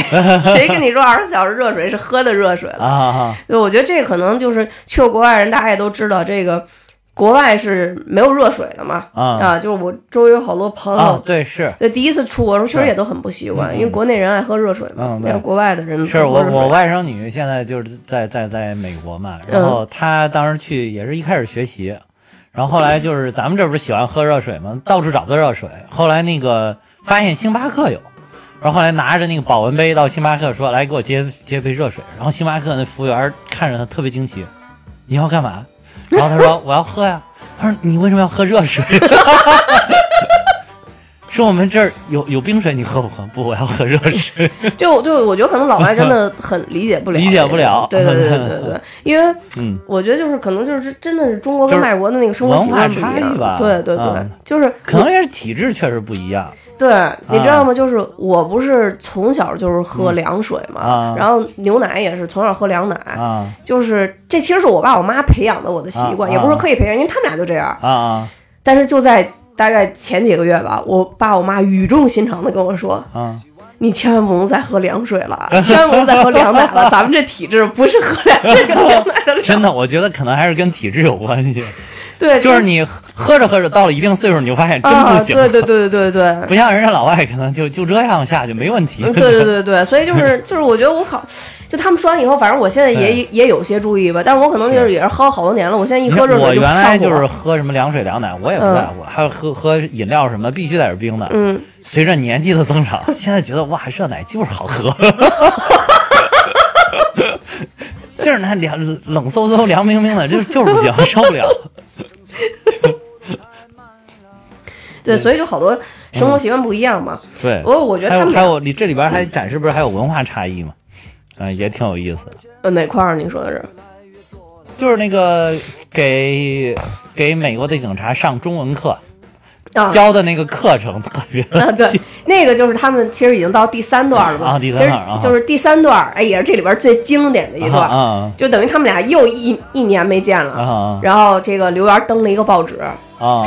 Speaker 2: 谁跟你说二十四小时热水是喝的热水了？
Speaker 4: 啊
Speaker 2: 对，我觉得这可能就是去过国外人，大家也都知道这个。国外是没有热水的嘛？
Speaker 4: 啊
Speaker 2: 啊，就是我周围有好多朋友，
Speaker 4: 啊，对是。
Speaker 2: 对第一次出国的时候，确实也都很不习惯，
Speaker 4: 嗯
Speaker 2: 因为国内人爱喝热水嘛
Speaker 4: 嗯，对
Speaker 2: 但是国外的人
Speaker 4: 是
Speaker 2: 不喝
Speaker 4: 我
Speaker 2: 热水
Speaker 4: 我外甥女现在就是在在在美国嘛，然后
Speaker 2: 嗯
Speaker 4: 她当时去也是一开始学习，然后后来就是咱们这不是喜欢喝热水吗？到处找不到热水，后来那个发现星巴克有，然后后来拿着那个保温杯到星巴克说来给我接接杯热水，然后星巴克那服务员看着她特别惊奇，你要干嘛？然后她说我要喝呀，她说你为什么要喝热水？ [laughs] 说我们这儿有有冰水，你喝不喝？不，我要喝热水。
Speaker 2: 就就我觉得可能老外
Speaker 4: [laughs]
Speaker 2: 真的很理解不了，
Speaker 4: 理解不了
Speaker 2: 对对对对对
Speaker 4: [laughs]
Speaker 2: 对，因为
Speaker 4: 嗯，
Speaker 2: 我觉得就是可能就是真的是中国跟
Speaker 4: 就是
Speaker 2: 外国的那个生活习惯不一
Speaker 4: 文化差异吧
Speaker 2: 样，对对对
Speaker 4: 嗯，
Speaker 2: 就是
Speaker 4: 可能也嗯是体质确实不一样。
Speaker 2: 对，你知道吗？就是我不是从小就是喝凉水嘛
Speaker 4: 啊，
Speaker 2: 然后牛奶也是从小喝凉奶，
Speaker 4: 啊
Speaker 2: 就是这其实是我爸我妈培养的我的习惯，
Speaker 4: 啊
Speaker 2: 也不是刻意培养，因为他们俩就这样。
Speaker 4: 啊啊
Speaker 2: 但是就在大概前几个月吧，我爸我妈语重心长的跟我说，
Speaker 4: 啊！
Speaker 2: 你千万不能再喝凉水了，千万不能再喝凉奶
Speaker 4: [laughs]
Speaker 2: 了。咱们这体质不是喝凉这个凉奶的料。
Speaker 4: 真的，我觉得可能还是跟体质有关
Speaker 2: [laughs]
Speaker 4: 系。
Speaker 2: 对，
Speaker 4: 就是你喝着喝着到了一定岁数，你就发现真
Speaker 2: 啊，
Speaker 4: 不行，
Speaker 2: 对对对对对
Speaker 4: [laughs]
Speaker 2: 对。
Speaker 4: 不像人家老外可能就就这样下去没问
Speaker 2: [laughs]
Speaker 4: 题。
Speaker 2: 嗯，对对对对，所以就是就是，我觉得我考，就他们说完以后，反正我现在也也有些注意吧，但是我可能就是
Speaker 4: 哎是
Speaker 2: 也是喝好多年了，我现在一
Speaker 4: 你
Speaker 2: 喝
Speaker 4: 说
Speaker 2: 热
Speaker 4: 我
Speaker 2: 水就
Speaker 4: 原来
Speaker 2: 上火。
Speaker 4: 就是喝什么凉水凉奶，我也不在乎，还有喝喝饮料什么必须得是冰的。
Speaker 2: 嗯，
Speaker 4: 随着年纪的增
Speaker 2: [laughs]
Speaker 4: 长，现在觉得哇，热奶就是好喝。 [laughs] 就是那凉冷飕飕、凉冰冰的，就就是不行，受不了。嗯
Speaker 2: 对，所以就好多生活习惯不一样嘛。
Speaker 4: 对，
Speaker 2: 我我觉得
Speaker 4: 还
Speaker 2: 他
Speaker 4: 有哎
Speaker 2: 们
Speaker 4: 还
Speaker 2: 俩
Speaker 4: 有，你这里边还展示不是还有文化差异吗？啊、也挺有意思的，
Speaker 2: 呃哪块儿你说的是？
Speaker 4: 就是那个给给美国的警察上中文课
Speaker 2: 啊，
Speaker 4: 教的那个课程特别
Speaker 2: 啊，
Speaker 4: 的 [laughs]
Speaker 2: [laughs] 对
Speaker 4: 近，
Speaker 2: 那个就是他们其实已经到第三段了嘛，
Speaker 4: 啊第三段啊
Speaker 2: 其实就是第三段，哎，也是这里边最经典的一段，
Speaker 4: 啊
Speaker 2: 就等于他们俩又一一年没见了。
Speaker 4: 啊啊
Speaker 2: 然后这个刘源登了一个报纸，
Speaker 4: 啊！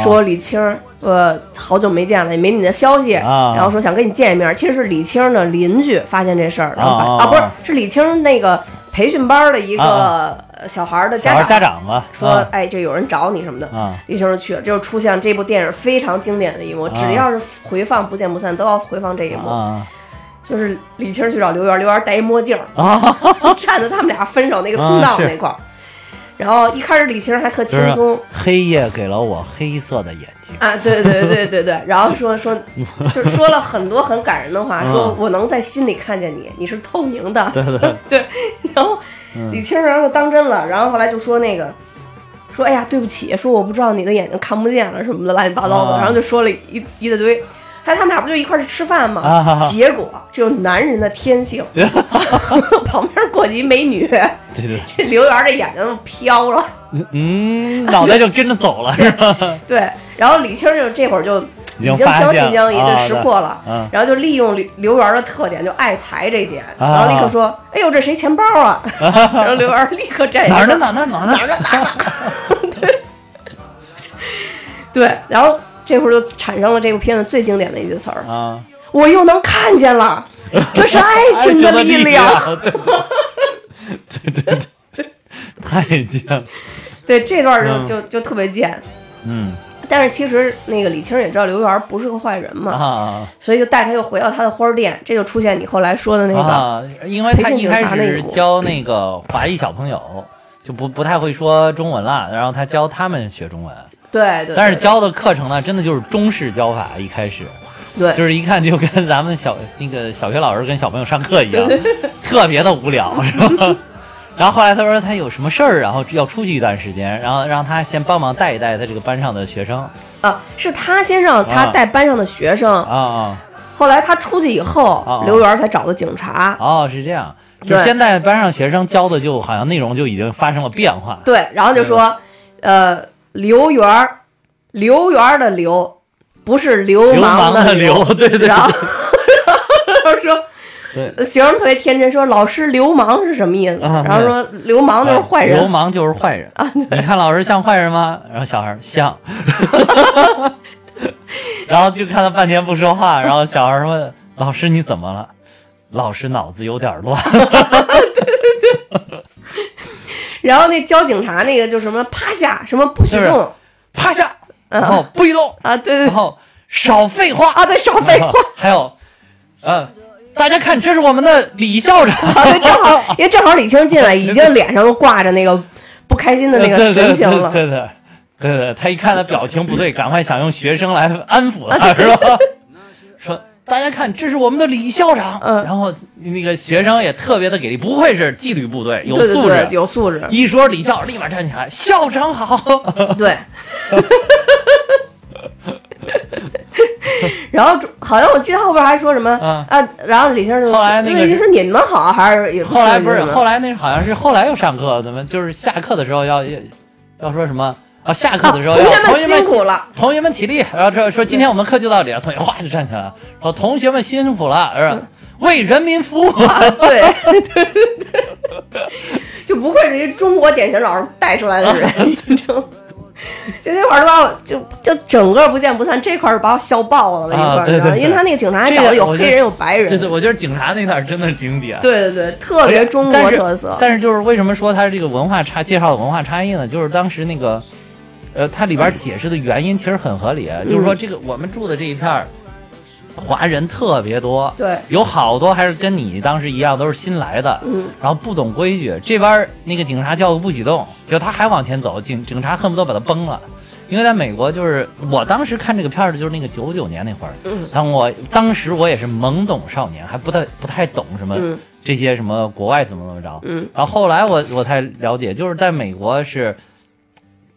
Speaker 2: 说李青儿，呃，好久没见了，也没你的消息，
Speaker 4: 啊
Speaker 2: 然后说想跟你见一面。其实是李青儿的邻居发现这事儿，然后把
Speaker 4: 啊啊
Speaker 2: 啊
Speaker 4: 啊
Speaker 2: 不是，是李青儿那个培训班的一个
Speaker 4: 啊
Speaker 2: 呃小孩儿的
Speaker 4: 小
Speaker 2: 家
Speaker 4: 孩
Speaker 2: 长
Speaker 4: 家长吧，
Speaker 2: 说，
Speaker 4: 啊
Speaker 2: 哎，这有人找你什么的。
Speaker 4: 啊
Speaker 2: 李青儿就去了，这就出现了这部电影非常经典的一幕，只要是回放《不见不散》，都要回放这一幕，
Speaker 4: 啊
Speaker 2: 就是李青儿去找刘源，刘源戴一墨镜儿，
Speaker 4: 啊！
Speaker 2: 站在他们俩分手那个通道
Speaker 4: 啊是
Speaker 2: 那块儿。然后一开始李青儿还特轻
Speaker 4: 就是啊
Speaker 2: 松，
Speaker 4: 黑夜给了我黑色的眼睛，
Speaker 2: 啊，对对对对对，然后说说，就说了很多很感人的话，
Speaker 4: 嗯
Speaker 2: 说我能在心里看见你，你是透明的，
Speaker 4: 对对
Speaker 2: [laughs]
Speaker 4: 嗯
Speaker 2: 对，然后李青然后当真了，然后后来就说那个，说哎呀对不起，说我不知道你的眼睛看不见了什么的乱七八糟的，
Speaker 4: 啊
Speaker 2: 然后就说了一一大堆，还他们俩不就一块儿去吃饭吗？
Speaker 4: 啊
Speaker 2: 结果这就是男人的
Speaker 4: [laughs]
Speaker 2: 天性，旁边过去一美女， [laughs]
Speaker 4: 对对，
Speaker 2: 这刘源这眼睛都飘了。
Speaker 4: 嗯，脑袋就跟着走了，是吧？ [laughs]
Speaker 2: 对，然后李青就这会儿就已
Speaker 4: 已经
Speaker 2: 经
Speaker 4: 发
Speaker 2: 将
Speaker 4: 现了
Speaker 2: 信将疑
Speaker 4: 啊
Speaker 2: 对识破了，
Speaker 4: 对嗯啊
Speaker 2: 然后就利用刘刘源的特点，就爱财这一点，然后立刻说：“哎呦，这谁钱包
Speaker 4: [laughs]
Speaker 2: 啊？”然后刘源立刻站起
Speaker 4: 哪
Speaker 2: 来
Speaker 4: 儿
Speaker 2: 说
Speaker 4: 呢？哪儿呢？哪儿呢？
Speaker 2: 哪儿呢？哪儿呢？对对，然后这会儿就产生了这部片子最经典的一句词儿
Speaker 4: 啊，：“
Speaker 2: 我又能看
Speaker 4: [laughs]
Speaker 2: 见了，这是爱情
Speaker 4: 哎
Speaker 2: 的力量。”
Speaker 4: 量，对对对对对对，太贱了，
Speaker 2: 对，这段就
Speaker 4: 嗯
Speaker 2: 就就特别贱。
Speaker 4: 嗯
Speaker 2: 但是其实那个李青也知道刘源不是个坏人嘛，
Speaker 4: 啊
Speaker 2: 所以就带他又回到他的花儿店，这就出现你后来说的那个，
Speaker 4: 啊，因为他一开始教那个华裔小朋友。就不不太会说中文了，然后他教他们学中文，
Speaker 2: 对对，
Speaker 4: 但是
Speaker 2: 对
Speaker 4: 教的课程呢，真的就是中式教法。一开始，
Speaker 2: 对
Speaker 4: 就是一看就跟咱们小那个小学老师跟小朋友上课一
Speaker 2: [laughs]
Speaker 4: 样，特别的无聊，是吧？然后后来他说他哎有什么事儿，然后要出去一段时间，然后让他先帮忙带一带他这个班上的学生
Speaker 2: 啊，是他先让他带班上的学生，
Speaker 4: 啊啊
Speaker 2: 后来他出去以后，
Speaker 4: 啊
Speaker 2: 刘源才找的警察。
Speaker 4: 哦，是这样，就
Speaker 2: 对
Speaker 4: 现在班上学生教的就好像内容就已经发生了变化，
Speaker 2: 对，然后就说，呃，刘源儿，刘源儿的刘，不是流
Speaker 4: 流氓
Speaker 2: 氓
Speaker 4: 的
Speaker 2: 流，
Speaker 4: 流，对对对
Speaker 2: 然后然后说。
Speaker 4: 对
Speaker 2: 学生特别天真，说老师流氓是什么意思？
Speaker 4: 啊哎
Speaker 2: 然后说流氓就是坏
Speaker 4: 流
Speaker 2: 人，啊
Speaker 4: 氓就是坏人你看老师像坏人吗？然后小孩儿像，然后就看他半天不说话，然后小孩儿问老师你怎么了？老师脑子有点乱，
Speaker 2: 然后那教警察那个就什么趴下，什么不许
Speaker 4: 就是
Speaker 2: 动
Speaker 4: 趴下，
Speaker 2: 嗯
Speaker 4: 然后不许动，
Speaker 2: 啊，对对
Speaker 4: 然
Speaker 2: 对
Speaker 4: 后少废话，
Speaker 2: 啊，对少废
Speaker 4: 然
Speaker 2: 话
Speaker 4: 后，还有，呃，大家看，这是我们的李校长， [laughs]
Speaker 2: 啊，对，正好， [laughs] 因为正好李青进来，已经脸上都挂着那个不开心的那个神情了。
Speaker 4: 对对对对对对，他一看他表情不对，赶快想用学生来安抚他，是吧？ [laughs] 说大家看，这是我们的李校长。
Speaker 2: 嗯
Speaker 4: 然后那个学生也特别的给力，不愧是纪律部队，有
Speaker 2: 对对
Speaker 4: 素质。
Speaker 2: 对，有素质。
Speaker 4: 一说李校长，立马站起来，校长好。 [laughs]
Speaker 2: 对。 [laughs] 然后好像我记得后边还说什么
Speaker 4: 啊
Speaker 2: 啊，然后李青就
Speaker 4: 后来那个
Speaker 2: 因为就说你们好还是也
Speaker 4: 后来不是，
Speaker 2: 什么
Speaker 4: 后来那好像是后来又上课，怎么就是下课的时候要要要说什么啊？下课
Speaker 2: 啊
Speaker 4: 的时候
Speaker 2: 同
Speaker 4: 要、
Speaker 2: 学
Speaker 4: 同
Speaker 2: 们
Speaker 4: 学
Speaker 2: 辛
Speaker 4: 们
Speaker 2: 苦了，
Speaker 4: 同学们起立，然后这说今天我们课就到这里了，同学哗就站起来了，说同学们辛苦了，是
Speaker 2: [laughs]
Speaker 4: 吧？为人民服务。 [laughs]
Speaker 2: 啊对对对对， [laughs] 就不愧是一中国典型老师带出来的
Speaker 4: [laughs]
Speaker 2: 人，就就那会儿都把我就就整个不见不散这块儿把我笑爆了那一块
Speaker 4: 啊
Speaker 2: 儿，
Speaker 4: 对
Speaker 2: 你知道吗
Speaker 4: 对对
Speaker 2: 因为他那个警察还
Speaker 4: 这
Speaker 2: 找
Speaker 4: 个
Speaker 2: 的有
Speaker 4: 我觉
Speaker 2: 黑
Speaker 4: 得
Speaker 2: 人有白人，
Speaker 4: 对对，我觉得警察那段真的是经典，
Speaker 2: 对对对，特
Speaker 4: 而且
Speaker 2: 别中国特色
Speaker 4: 哎但是但是就是为什么说它是这个文化差介绍的文化差异呢？就是当时那个，呃，它里边解释的原因其实很合理，啊
Speaker 2: 嗯
Speaker 4: 就是说这个我们住的这一片儿，华人特别多，
Speaker 2: 对
Speaker 4: 有好多还是跟你当时一样都是新来的，
Speaker 2: 嗯，
Speaker 4: 然后不懂规矩，这边儿那个警察叫个不许动，就他还往前走，警警察恨不得把他崩了。因为在美国，就是我当时看这个片儿的，就是那个九九年那会儿，
Speaker 2: 嗯
Speaker 4: 当我当时我也是懵懂少年，还不太不太懂什么
Speaker 2: 嗯
Speaker 4: 这些什么国外怎么怎么着，
Speaker 2: 嗯
Speaker 4: 然后后来我我才了解，就是在美国是，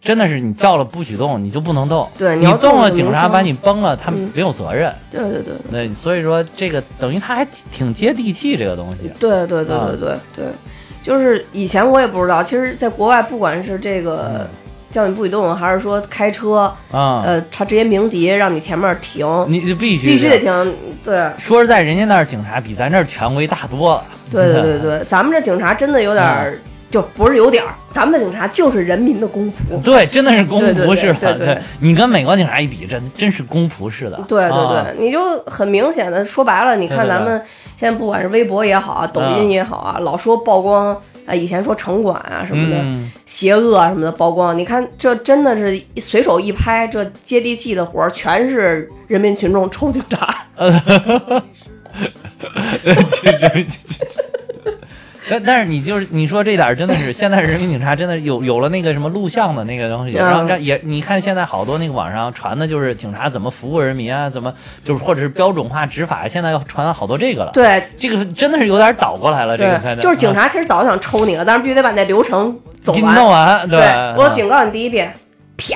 Speaker 4: 真的是你叫了不许动，你就不能动，
Speaker 2: 对你
Speaker 4: 你
Speaker 2: 要动
Speaker 4: 动了
Speaker 2: 就
Speaker 4: 警
Speaker 2: 明
Speaker 4: 察
Speaker 2: 枪
Speaker 4: 把你崩了，他
Speaker 2: 嗯
Speaker 4: 没有责任。
Speaker 2: 对对对
Speaker 4: 对，所以说这个等于他还挺挺接地气这个东西。
Speaker 2: 对对对对对对，就是以前我也不知道，其实在国外不管是这个叫你不许动，还是说开车，
Speaker 4: 嗯啊，嗯
Speaker 2: 呃，他直接鸣笛让你前面停，
Speaker 4: 你你必须
Speaker 2: 必须
Speaker 4: 的
Speaker 2: 得停。对，
Speaker 4: 说实在，人家那儿警察比咱这儿权威大多了。
Speaker 2: 对对
Speaker 4: 真
Speaker 2: 对
Speaker 4: 的，
Speaker 2: 对，咱们这警察真的有点儿，就不是有点儿，咱们的警察就是人民的公仆。
Speaker 4: [laughs] 对，真的是公
Speaker 2: 对对
Speaker 4: 仆
Speaker 2: 对
Speaker 4: 式
Speaker 2: 对
Speaker 4: 的。
Speaker 2: 对对
Speaker 4: 你跟美国警察一比，这真是公仆式的。
Speaker 2: 对对对，
Speaker 4: 啊
Speaker 2: 你就很明显的说白了，你
Speaker 4: 对
Speaker 2: 看
Speaker 4: 对对
Speaker 2: 咱们现在不管是微博也好啊，抖
Speaker 4: 嗯
Speaker 2: 音也好啊，老说曝光啊，以前说城管啊什么的，
Speaker 4: 嗯，
Speaker 2: 邪恶啊什么的曝光，你看这真的是随手一拍，这接地气的活儿全是人民群众抽警察。
Speaker 4: 确实。 [laughs] 但但是你就是你说这点儿真的是，现在人民警察真的有有了那个什么录像的那个东西，
Speaker 2: 嗯
Speaker 4: 然后让也你看现在好多那个网上传的就是警察怎么服务人民啊，怎么就是或者是标准化执法，现在又传了好多这个了。
Speaker 2: 对
Speaker 4: 这个是真的是有点倒过来了，这个开的
Speaker 2: 对，就是警
Speaker 4: 啊
Speaker 2: 察其实早就想抽你了，但是必须得把那流程走
Speaker 4: 给你
Speaker 2: 完。
Speaker 4: 弄完，
Speaker 2: 对，我
Speaker 4: 我
Speaker 2: 警告你第一遍，
Speaker 4: [laughs]
Speaker 2: 啪；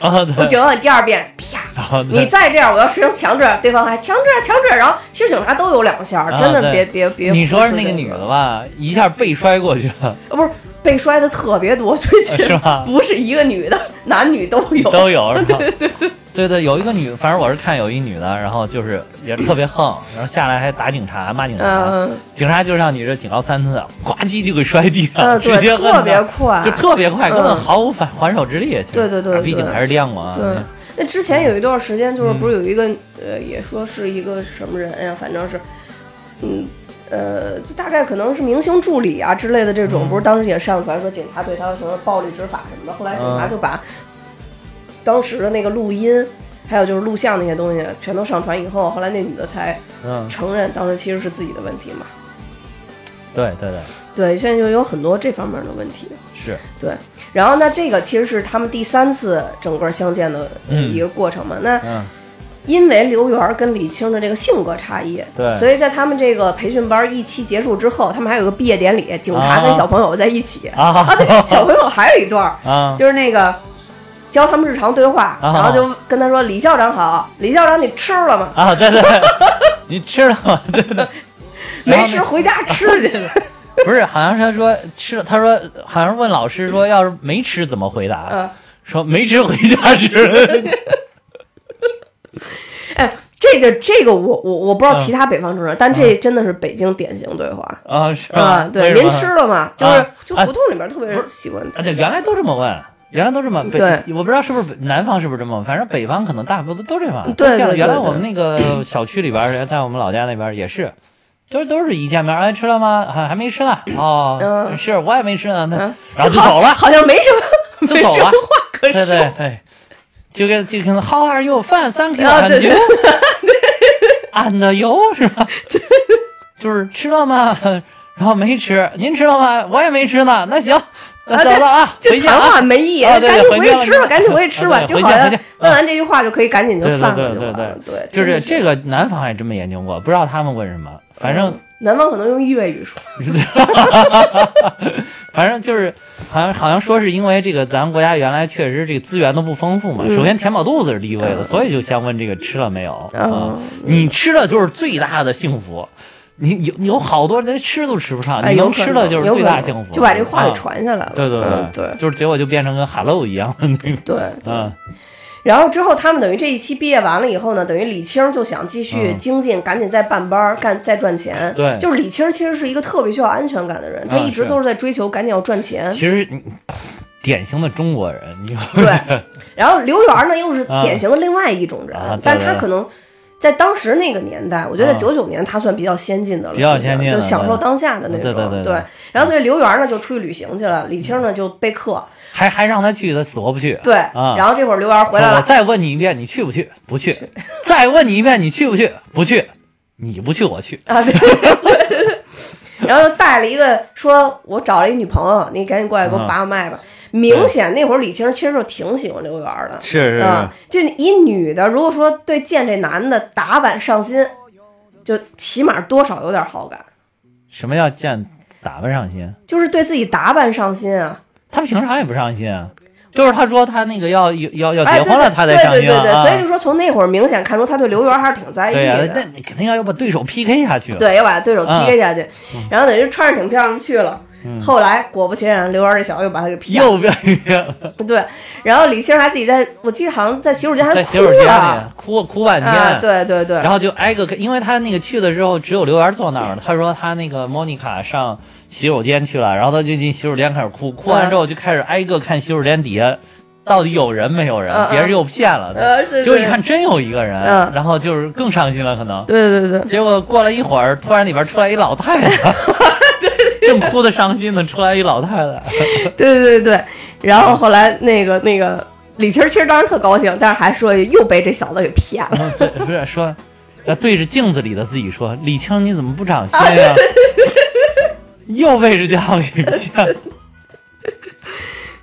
Speaker 4: 啊，对
Speaker 2: 我警告你第二遍，啪。
Speaker 4: 啊对
Speaker 2: 你再这样，我要实行强制，对方还强制啊强制，然后其实警察都有两下儿，
Speaker 4: 啊
Speaker 2: 真的
Speaker 4: 对
Speaker 2: 别别别。
Speaker 4: 你说
Speaker 2: 是
Speaker 4: 是那个女的吧，一下被摔过去了，
Speaker 2: 呃，不是被摔的特别多，最近
Speaker 4: [laughs] 是吧
Speaker 2: 不是一个女的，男女都有。
Speaker 4: 都有是
Speaker 2: [laughs]
Speaker 4: 吧？对对对对有一个女，反正我是看有一女的，然后就是也特别横，然后下来还打警察，骂警察，
Speaker 2: 嗯，
Speaker 4: 警察就让你这警告三次，呱唧就给摔地上，
Speaker 2: 嗯
Speaker 4: 直
Speaker 2: 对
Speaker 4: 接摁
Speaker 2: 特别
Speaker 4: 着
Speaker 2: 快
Speaker 4: 就特别快，根本
Speaker 2: 嗯
Speaker 4: 毫无反还手之力。其实
Speaker 2: 对对对
Speaker 4: 啊毕竟
Speaker 2: 对
Speaker 4: 还是练过啊。嗯
Speaker 2: 对，那之前有一段时间，就是不是有一个、呃，也说是一个什么人呀、反正是，嗯呃，就大概可能是明星助理啊之类的这
Speaker 4: 嗯
Speaker 2: 种，不是当时也上传说警察对他什么暴力执法什么的，后来警察
Speaker 4: 嗯
Speaker 2: 就把当时的那个录音。还有就是录像那些东西全都上传以后，后来那女的才
Speaker 4: 嗯，
Speaker 2: 承认当时其实是自己的问题嘛。
Speaker 4: 对对对，
Speaker 2: 对，现在就有很多这方面的问题。
Speaker 4: 是
Speaker 2: 对，然后那这个其实是他们第三次整个相见的呃
Speaker 4: 嗯
Speaker 2: 一个过程嘛。那
Speaker 4: 嗯
Speaker 2: 因为刘源跟李青的这个性格差异，
Speaker 4: 对
Speaker 2: 所以在他们这个培训班一期结束之后，他们还有个毕业典礼，警察跟小朋友在
Speaker 4: [laughs]
Speaker 2: 一起。
Speaker 4: 啊
Speaker 2: 对，小朋友还有一段儿，
Speaker 4: 啊
Speaker 2: 就是那个教他们日常对话，
Speaker 4: 啊
Speaker 2: 然后就跟他说：“李校长好，李校长你吃了吗？
Speaker 4: 啊，对对， [laughs] 你吃了吗？ [laughs] 对对，然
Speaker 2: 没
Speaker 4: 后
Speaker 2: 吃
Speaker 4: 那
Speaker 2: 回家吃去。
Speaker 4: 不是，好像是他说吃了，他说好像是问老师说，要是没吃怎么回答？
Speaker 2: [laughs] 嗯
Speaker 4: 说没吃回家吃。
Speaker 2: 哎，这个这个我我我
Speaker 4: 嗯
Speaker 2: 不知道其他北方城市，但这真的是北京典型对话
Speaker 4: 啊，是
Speaker 2: 啊、
Speaker 4: 吗？
Speaker 2: 对，
Speaker 4: 为什
Speaker 2: 您
Speaker 4: 么
Speaker 2: 吃？了吗？就是
Speaker 4: 啊
Speaker 2: 就
Speaker 4: 哎
Speaker 2: 胡同里面特别
Speaker 4: 不是
Speaker 2: 喜欢。
Speaker 4: 啊，对，原来都这么问，原来都这么北，
Speaker 2: 对
Speaker 4: 我不知道是不是北南方是不是这么问，反正北方可能大部分都这样。
Speaker 2: 对
Speaker 4: 都这样
Speaker 2: 对
Speaker 4: 原来
Speaker 2: 对
Speaker 4: 我们那个小区里边儿，在我们老家那边儿也是。都都是一见面，哎，吃了吗？还还没吃呢。哦，
Speaker 2: 嗯
Speaker 4: 是我也没吃呢。那、
Speaker 2: 嗯
Speaker 4: 然后就
Speaker 2: 好
Speaker 4: 走
Speaker 2: [laughs]
Speaker 4: 了，
Speaker 2: 好像没什
Speaker 4: [laughs]
Speaker 2: 么，
Speaker 4: 就
Speaker 2: 没什
Speaker 4: 走
Speaker 2: 么
Speaker 4: 了
Speaker 2: 话可
Speaker 4: 对
Speaker 2: 说。
Speaker 4: 对对，就跟就跟 How are you? Fine, thank you.
Speaker 2: 啊
Speaker 4: And
Speaker 2: 对对
Speaker 4: you? And you 是
Speaker 2: [laughs]
Speaker 4: 吧？就是吃了吗？ [laughs] 然后没吃，您吃了吗？我也没吃呢。那行，那走了啊，
Speaker 2: 啊就
Speaker 4: 回家
Speaker 2: 谈
Speaker 4: 啊
Speaker 2: 话。没意义，
Speaker 4: 啊对
Speaker 2: 赶紧
Speaker 4: 回
Speaker 2: 回
Speaker 4: 家
Speaker 2: 去
Speaker 4: 了
Speaker 2: 吃吧，
Speaker 4: 回家
Speaker 2: 赶紧回去吃吧，
Speaker 4: 啊对
Speaker 2: 就好像
Speaker 4: 回家回家
Speaker 2: 问完这句话就可以赶紧就
Speaker 4: 对对
Speaker 2: 散了
Speaker 4: 对
Speaker 2: 就
Speaker 4: 对
Speaker 2: 完了。
Speaker 4: 对，
Speaker 2: 对，
Speaker 4: 是
Speaker 2: 真
Speaker 4: 这个南方也真没研究过，不知道他们问什么。反
Speaker 2: 哦
Speaker 4: 正
Speaker 2: 南方可能用粤语说，
Speaker 4: 反正就是，好像好像说是因为这个，咱们国家原来确实这个资源都不丰富嘛。
Speaker 2: 嗯
Speaker 4: 首先填饱肚子是第一位的，
Speaker 2: 嗯
Speaker 4: 所以就先问这个吃了没有啊、
Speaker 2: 嗯
Speaker 4: 你吃了就是最大的幸福。你有有好多人吃都吃不上，
Speaker 2: 哎，
Speaker 4: 你
Speaker 2: 有
Speaker 4: 能
Speaker 2: 可
Speaker 4: 吃
Speaker 2: 能
Speaker 4: 了就是
Speaker 2: 有
Speaker 4: 最
Speaker 2: 可
Speaker 4: 大
Speaker 2: 能
Speaker 4: 幸福，
Speaker 2: 就把这个话给
Speaker 4: 啊。
Speaker 2: 传下来了。
Speaker 4: 对对
Speaker 2: 嗯对
Speaker 4: 对，就是结果就变成跟 hello 一样的那个， [laughs]
Speaker 2: 对
Speaker 4: 嗯，
Speaker 2: 然后之后他们等于这一期毕业完了以后呢，等于李青就想继续
Speaker 4: 嗯
Speaker 2: 精进，赶紧再办班儿干再赚钱。
Speaker 4: 对
Speaker 2: 就是李青其实是一个特别需要安全感的人，他
Speaker 4: 啊
Speaker 2: 一直
Speaker 4: 是
Speaker 2: 都是在追求赶紧要赚钱。
Speaker 4: 其实你典型的中国人，你 [laughs]
Speaker 2: 对，然后刘源呢又是典型的另外一种人，
Speaker 4: 啊啊啊对
Speaker 2: 但
Speaker 4: 对
Speaker 2: 他
Speaker 4: 对
Speaker 2: 可能在当时那个年代，我觉得
Speaker 4: 啊
Speaker 2: 九九年他算比较先进的了，
Speaker 4: 比较
Speaker 2: 思想
Speaker 4: 先进了
Speaker 2: 就享受当下的那种。
Speaker 4: 对对对对
Speaker 2: 然后所以刘源呢就出去旅行去了，李青呢就备课。
Speaker 4: 还还让他去，他死活不去。
Speaker 2: 对，
Speaker 4: 嗯啊
Speaker 2: 然后这会儿刘源回来
Speaker 4: 我
Speaker 2: 了，
Speaker 4: 再问你一遍，你去不去？不去。 [laughs] 再问你一遍，你去不去？不去。你不去，我去。
Speaker 2: 啊，对对对 [laughs] 对然后带了一个说，我找了一女朋友，你赶紧过来给我
Speaker 4: 啊
Speaker 2: 把我卖吧。明显那会儿李青其实就挺喜欢刘源的，
Speaker 4: 是是
Speaker 2: 啊，就一女的，如果说对见这男的打扮上心，就起码多少有点好感，
Speaker 4: 什么叫见打扮上心？
Speaker 2: 就是对自己打扮上心啊。
Speaker 4: 他平常也不上心啊，就是他说他那个要要要呃
Speaker 2: 哎，
Speaker 4: 结
Speaker 2: 对
Speaker 4: 婚了，他才上
Speaker 2: 对对
Speaker 4: 心
Speaker 2: 对对
Speaker 4: 啊。
Speaker 2: 对，所以就说从那会儿明显看出他对刘源还是挺在意
Speaker 4: 对啊呀，那
Speaker 2: 的，
Speaker 4: 你肯定要要把对手 PK 下去。啊
Speaker 2: 对，要把对手 PK 下去，然后等于穿着挺漂亮去了，
Speaker 4: 嗯
Speaker 2: 后来果不其然，刘源这小子又把他给骗了。
Speaker 4: 又变了，
Speaker 2: [laughs] 对，然后李青还自己在，我记得好像在洗手间还
Speaker 4: 在洗
Speaker 2: 哭
Speaker 4: 手间
Speaker 2: 了
Speaker 4: 里哭哭半天。
Speaker 2: 啊，对对对，
Speaker 4: 然后就挨个，因为他那个去了之后，只有刘源坐那儿了。他说他那个莫妮卡上洗手间去了，然后他就进洗手间开始哭，哭完之后就开始挨个看洗手间底下到底有人没有人，
Speaker 2: 嗯嗯
Speaker 4: 别人又骗了他。
Speaker 2: 呃，是
Speaker 4: 结果一看，真有一个人，
Speaker 2: 嗯
Speaker 4: 然后就是更伤心了，可能。
Speaker 2: 对对对对，
Speaker 4: 结果过了一会儿，突然里边出来一老太
Speaker 2: [laughs]
Speaker 4: 太，正哭的伤心呢，出来一老太太。
Speaker 2: 对对对对，然后后来那个那个李青其实当时特高兴，但是还说又被这小子给骗了。
Speaker 4: 然后对，不是说，呃，对着镜子里的自己说：“李青，你怎么不长心
Speaker 2: 啊
Speaker 4: 呀、又被这家伙给骗了。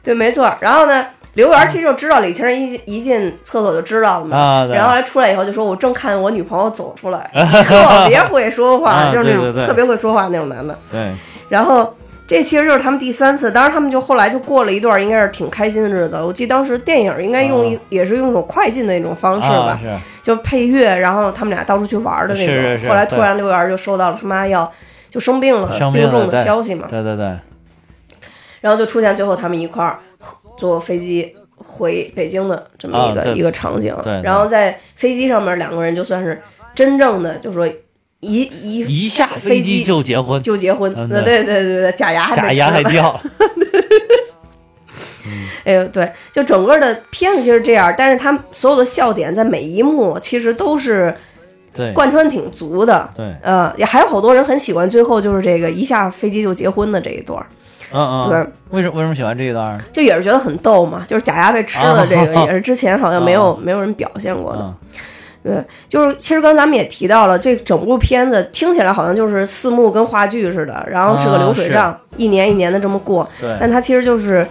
Speaker 2: 对，没错。然后呢，刘源其实就知道李青一进一进厕所就知道了嘛，
Speaker 4: 啊对
Speaker 2: 然后来出来以后就说：“我正看我女朋友走出
Speaker 4: [laughs]
Speaker 2: 来，特别会说话，
Speaker 4: 啊
Speaker 2: 就是那种
Speaker 4: 对对对
Speaker 2: 特别会说话那种男的。”
Speaker 4: 对，
Speaker 2: 然后这其实就是他们第三次，当然他们就后来就过了一段应该是挺开心的日子。我记得当时电影应该用一、
Speaker 4: 啊
Speaker 2: 也是用一种快进的那种方式
Speaker 4: 啊，
Speaker 2: 吧
Speaker 4: 是
Speaker 2: 就配乐，然后他们俩到处去玩的那种。
Speaker 4: 是是是
Speaker 2: 后来突
Speaker 4: 对
Speaker 2: 然刘源就收到了他妈要就生病了
Speaker 4: 生病
Speaker 2: 重
Speaker 4: 了，
Speaker 2: 的
Speaker 4: 对
Speaker 2: 消息嘛，
Speaker 4: 对对对，
Speaker 2: 然后就出现最后他们一块儿坐飞机回北京的这么一个、
Speaker 4: 啊对
Speaker 2: 一个场景。
Speaker 4: 对对
Speaker 2: 然后在飞机上面两个人就算是真正的就说一一
Speaker 4: 一下
Speaker 2: 飞
Speaker 4: 飞
Speaker 2: 机
Speaker 4: 机就结婚，
Speaker 2: 就结婚，
Speaker 4: 嗯
Speaker 2: 对对对对对，假牙还没
Speaker 4: 假牙
Speaker 2: 吃
Speaker 4: 还
Speaker 2: 呢
Speaker 4: 掉。
Speaker 2: 哎呦，对，就整个的片子就是这样，但是他所有的笑点在每一幕其实都是
Speaker 4: [laughs] 对
Speaker 2: 贯穿挺足的。
Speaker 4: 对，
Speaker 2: 呃，也还有好多人很喜欢最后就是这个一下飞机就结婚的这一段儿，
Speaker 4: 嗯
Speaker 2: 对
Speaker 4: 嗯，为什么为什么喜欢这一段儿？
Speaker 2: 就也是觉得很逗嘛。就是假牙被吃了这个，
Speaker 4: 啊
Speaker 2: 也是之前好像没有、 [laughs]
Speaker 4: 啊
Speaker 2: 没有人表现过的。
Speaker 4: 嗯，
Speaker 2: 对，就是其实刚才咱们也提到了，这整部片子听起来好像就是四幕跟话剧似的，然后是
Speaker 4: 啊
Speaker 2: 个流水
Speaker 4: 是
Speaker 2: 账，一年一年的这么过。
Speaker 4: 对
Speaker 2: 但它其实就是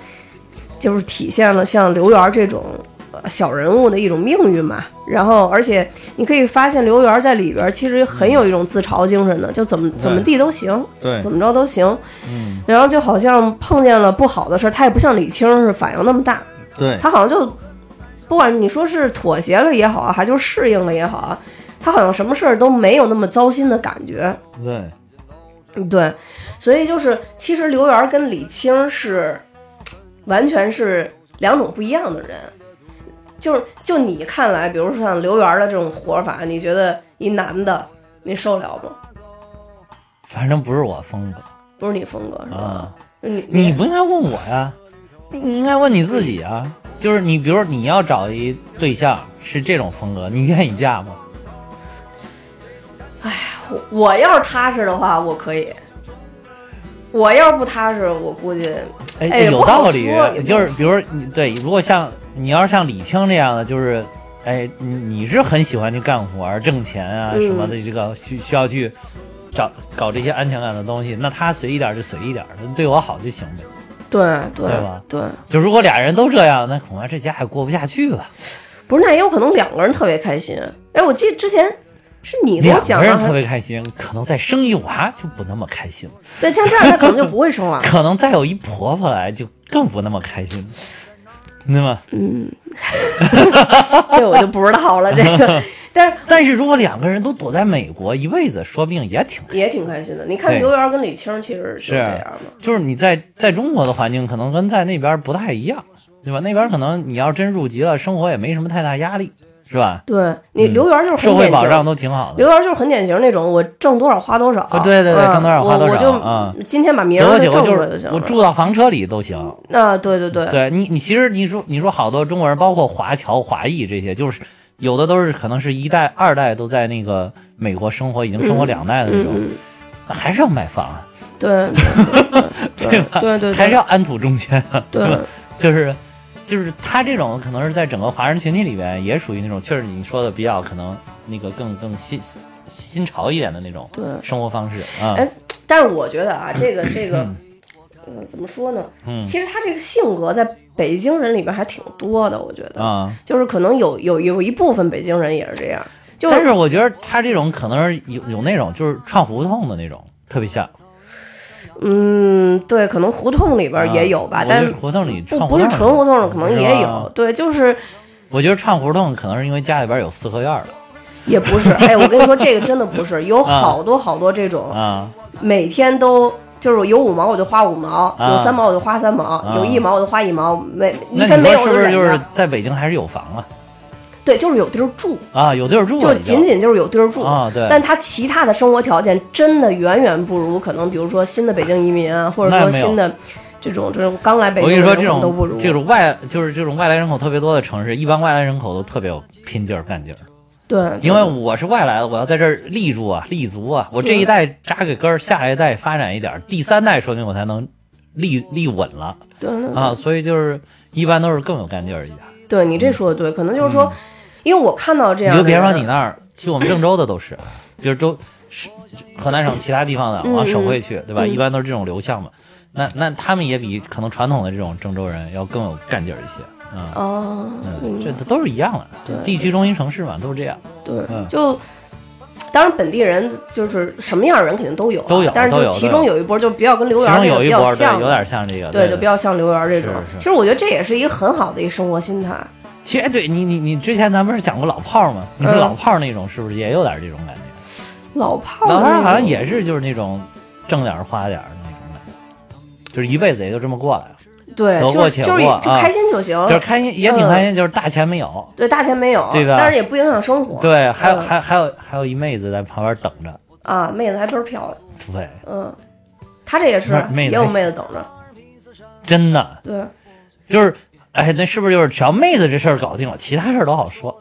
Speaker 2: 就是体现了像刘源这种呃小人物的一种命运嘛。然后，而且你可以发现刘源在里边其实很有一种自嘲精神的，就怎么怎么地都行，
Speaker 4: 对
Speaker 2: 怎，么着都行。
Speaker 4: 嗯，
Speaker 2: 然后就好像碰见了不好的事儿，他也不像李青是反应那么大，
Speaker 4: 对，
Speaker 2: 他好像就不管你说是妥协了也好啊，还就是适应了也好啊，他好像什么事儿都没有那么糟心的感觉。
Speaker 4: 对，
Speaker 2: 对，所以就是其实刘源跟李青是完全是两种不一样的人。就是就你看来，比如说像刘源的这种活法，你觉得一男的你受了吗？
Speaker 4: 反正不是我风格
Speaker 2: 不是你风格是吧？
Speaker 4: 啊。
Speaker 2: 你
Speaker 4: 你不应该问我呀，你你应该问你自己啊。就是你，比如说你要找一对象是这种风格，你愿意嫁吗？
Speaker 2: 我我要是踏实的话，我可以；我要是不踏实，我估计
Speaker 4: 哎，
Speaker 2: 哎不
Speaker 4: 有
Speaker 2: 好
Speaker 4: 道理
Speaker 2: 说也，不
Speaker 4: 就
Speaker 2: 好
Speaker 4: 是比如说你对，如果像你要是像李青这样的，就是，哎，你你是很喜欢去干活儿、挣钱啊
Speaker 2: 嗯
Speaker 4: 什么的，这个需需要去找搞这些安全感的东西，那他随意点儿就随意点儿，对我好就行呗。
Speaker 2: 对对
Speaker 4: 对吧
Speaker 2: 对，
Speaker 4: 就如果俩人都这样，那恐怕这家也过不下去了。
Speaker 2: 不是，那也有可能两个人特别开心。哎，我记得之前是你给我
Speaker 4: 两
Speaker 2: 讲
Speaker 4: 个
Speaker 2: 的
Speaker 4: 人特
Speaker 2: 还，
Speaker 4: 别开心，可能再生一娃就不那么开心了，
Speaker 2: 对，像这样他可能就不
Speaker 4: [laughs]
Speaker 2: 会生娃。
Speaker 4: 可能再有一婆婆来就更不那么开心了，那么。
Speaker 2: 嗯，这我就不知道了。这
Speaker 4: [laughs]
Speaker 2: 个，但是
Speaker 4: 但是如果两个人都躲在美国一辈子，说不定也挺
Speaker 2: 也挺开心的。你看
Speaker 4: 对
Speaker 2: 刘源跟李青其实就是这样嘛。
Speaker 4: 就是你在在中国的环境可能跟在那边不太一样，对吧？那边可能你要真入籍了，生活也没什么太大压力，是吧？
Speaker 2: 对你
Speaker 4: 嗯
Speaker 2: 刘源就是
Speaker 4: 社
Speaker 2: 很
Speaker 4: 会
Speaker 2: 典
Speaker 4: 保障
Speaker 2: 型，
Speaker 4: 都挺好的。
Speaker 2: 刘源就是很典型那种，我挣多少花多少。
Speaker 4: 啊对对对
Speaker 2: 嗯
Speaker 4: 挣多少花多少
Speaker 2: 我
Speaker 4: 啊
Speaker 2: 我就今天把名
Speaker 4: 得
Speaker 2: 儿
Speaker 4: 我
Speaker 2: 给
Speaker 4: 姐
Speaker 2: 挣
Speaker 4: 夫
Speaker 2: 出
Speaker 4: 就
Speaker 2: 来就是行
Speaker 4: 我
Speaker 2: 了。
Speaker 4: 住到房车里都行。
Speaker 2: 啊，对对对，
Speaker 4: 对你，你其实你说你说好多中国人，包括华侨、华裔这些，就是有的都是可能是一代、二代都在那个美国生活，已经生活两代的那种，
Speaker 2: 嗯
Speaker 4: 那还是要买房啊， [laughs]
Speaker 2: 对对
Speaker 4: 吧
Speaker 2: 对对，
Speaker 4: 还是要安土重迁啊，
Speaker 2: 对
Speaker 4: 吧？就是就是他这种可能是在整个华人群体里边也属于那种，确实你说的比较可能那个更更新新潮一点的那种
Speaker 2: 对
Speaker 4: 生活方式啊。
Speaker 2: 哎，但是我觉得啊，这个这个，呃，怎么说呢？
Speaker 4: 嗯
Speaker 2: 其实他这个性格在北京人里边还挺多的，我觉得，
Speaker 4: 啊，
Speaker 2: 就是可能有有有一部分北京人也是这样，就
Speaker 4: 但是我觉得他这种可能是有有那种就是串胡同的那种，特别像
Speaker 2: 嗯，对，可能胡同里边也有吧，
Speaker 4: 啊我
Speaker 2: 但
Speaker 4: 觉得胡同里
Speaker 2: 不
Speaker 4: 串
Speaker 2: 不是
Speaker 4: 胡同
Speaker 2: 纯胡同的，可能也
Speaker 4: 是
Speaker 2: 有
Speaker 4: 吧，
Speaker 2: 对，就是
Speaker 4: 我觉得串胡同可能是因为家里边有四合院了
Speaker 2: 也不是，哎，我跟你说，这个真的不是，有好多好多这种
Speaker 4: 啊
Speaker 2: 每天都就是有五毛我就花五毛，
Speaker 4: 啊
Speaker 2: 有三毛我就花三毛，
Speaker 4: 啊
Speaker 2: 有一毛我就花一毛，没一
Speaker 4: 那
Speaker 2: 分
Speaker 4: 你
Speaker 2: 没有
Speaker 4: 说
Speaker 2: 我
Speaker 4: 是不是
Speaker 2: 忍
Speaker 4: 就是
Speaker 2: 着。
Speaker 4: 在北京还是有房了
Speaker 2: 对，就是有地儿住，
Speaker 4: 啊？有地儿住
Speaker 2: 就
Speaker 4: 了
Speaker 2: 是
Speaker 4: 已经，
Speaker 2: 仅仅就是有地儿住
Speaker 4: 啊对
Speaker 2: 但他其他的生活条件真的远远不如可能，比如说新的北京移民啊，或者
Speaker 4: 那
Speaker 2: 说
Speaker 4: 没有
Speaker 2: 新的这种这种刚来北
Speaker 4: 我
Speaker 2: 京
Speaker 4: 跟
Speaker 2: 的
Speaker 4: 你
Speaker 2: 人
Speaker 4: 说，这
Speaker 2: 可能都不
Speaker 4: 种
Speaker 2: 如。
Speaker 4: 这种外就是这种外来人口特别多的城市，一般外来人口都特别有拼劲儿干劲儿。
Speaker 2: 对，对
Speaker 4: 因为我是外来的，我要在这儿立住啊，立足啊，我这一代扎个根儿，下一代发展一点儿，第三代说不定我才能立立稳了
Speaker 2: 对对
Speaker 4: 啊。所以就是一般都是更有干劲儿一点。
Speaker 2: 对你这说的对，可能就是说，因为我看到这
Speaker 4: 嗯你
Speaker 2: 样，
Speaker 4: 就别说你，那儿，去我们郑州的都是，比如周是河南省其他地方的
Speaker 2: 嗯
Speaker 4: 往省会去，对吧？
Speaker 2: 嗯
Speaker 4: 一般都是这种流向嘛。那那他们也比可能传统的这种郑州人要更有干劲儿一些啊。
Speaker 2: 哦，
Speaker 4: 嗯，
Speaker 2: 明白
Speaker 4: 这都是一样
Speaker 2: 对
Speaker 4: 的，地区中心城市嘛，都是这样。
Speaker 2: 对
Speaker 4: 嗯，
Speaker 2: 就当然本地人就是什么样的人肯定都有啊，
Speaker 4: 都有
Speaker 2: 但是
Speaker 4: 都
Speaker 2: 就
Speaker 4: 有
Speaker 2: 其中
Speaker 4: 都
Speaker 2: 有一波就比较跟
Speaker 4: 其
Speaker 2: 刘源
Speaker 4: 中
Speaker 2: 这个
Speaker 4: 有
Speaker 2: 比
Speaker 4: 一
Speaker 2: 较
Speaker 4: 波对，
Speaker 2: 像
Speaker 4: 有
Speaker 2: 的，
Speaker 4: 点像这个，
Speaker 2: 对，
Speaker 4: 对，
Speaker 2: 就比较像刘源这种
Speaker 4: 是。是
Speaker 2: 其实我觉得这也是一个很好的一生活心态，
Speaker 4: 其实哎对你你你之前咱不是讲过老炮儿吗？你说
Speaker 2: 嗯
Speaker 4: 老炮儿那种是不是也有点这种感觉？
Speaker 2: 老炮
Speaker 4: 老炮
Speaker 2: 儿
Speaker 4: 儿好像
Speaker 2: 那种
Speaker 4: 也是就是那种挣点儿花点儿的那种感觉，就是一辈子也就这么过来了，
Speaker 2: 对，
Speaker 4: 得
Speaker 2: 就
Speaker 4: 过
Speaker 2: 是
Speaker 4: 且
Speaker 2: 就是
Speaker 4: 过
Speaker 2: 也就
Speaker 4: 啊
Speaker 2: 开心就行，
Speaker 4: 就是开心也
Speaker 2: 嗯
Speaker 4: 挺开心，就是大钱没有，
Speaker 2: 对，大钱没有，
Speaker 4: 对吧
Speaker 2: 但是也不影响生活，
Speaker 4: 对，还有
Speaker 2: 嗯
Speaker 4: 还还有还有一妹子在旁边等着，
Speaker 2: 啊，妹子还倍儿漂亮，
Speaker 4: 对，
Speaker 2: 嗯，他这也是
Speaker 4: 妹
Speaker 2: 也
Speaker 4: 子
Speaker 2: 有
Speaker 4: 还
Speaker 2: 妹子等着，
Speaker 4: 真的
Speaker 2: 对。
Speaker 4: 就是，哎，那是不是就是只要妹子这事儿搞定了，其他事儿都好说？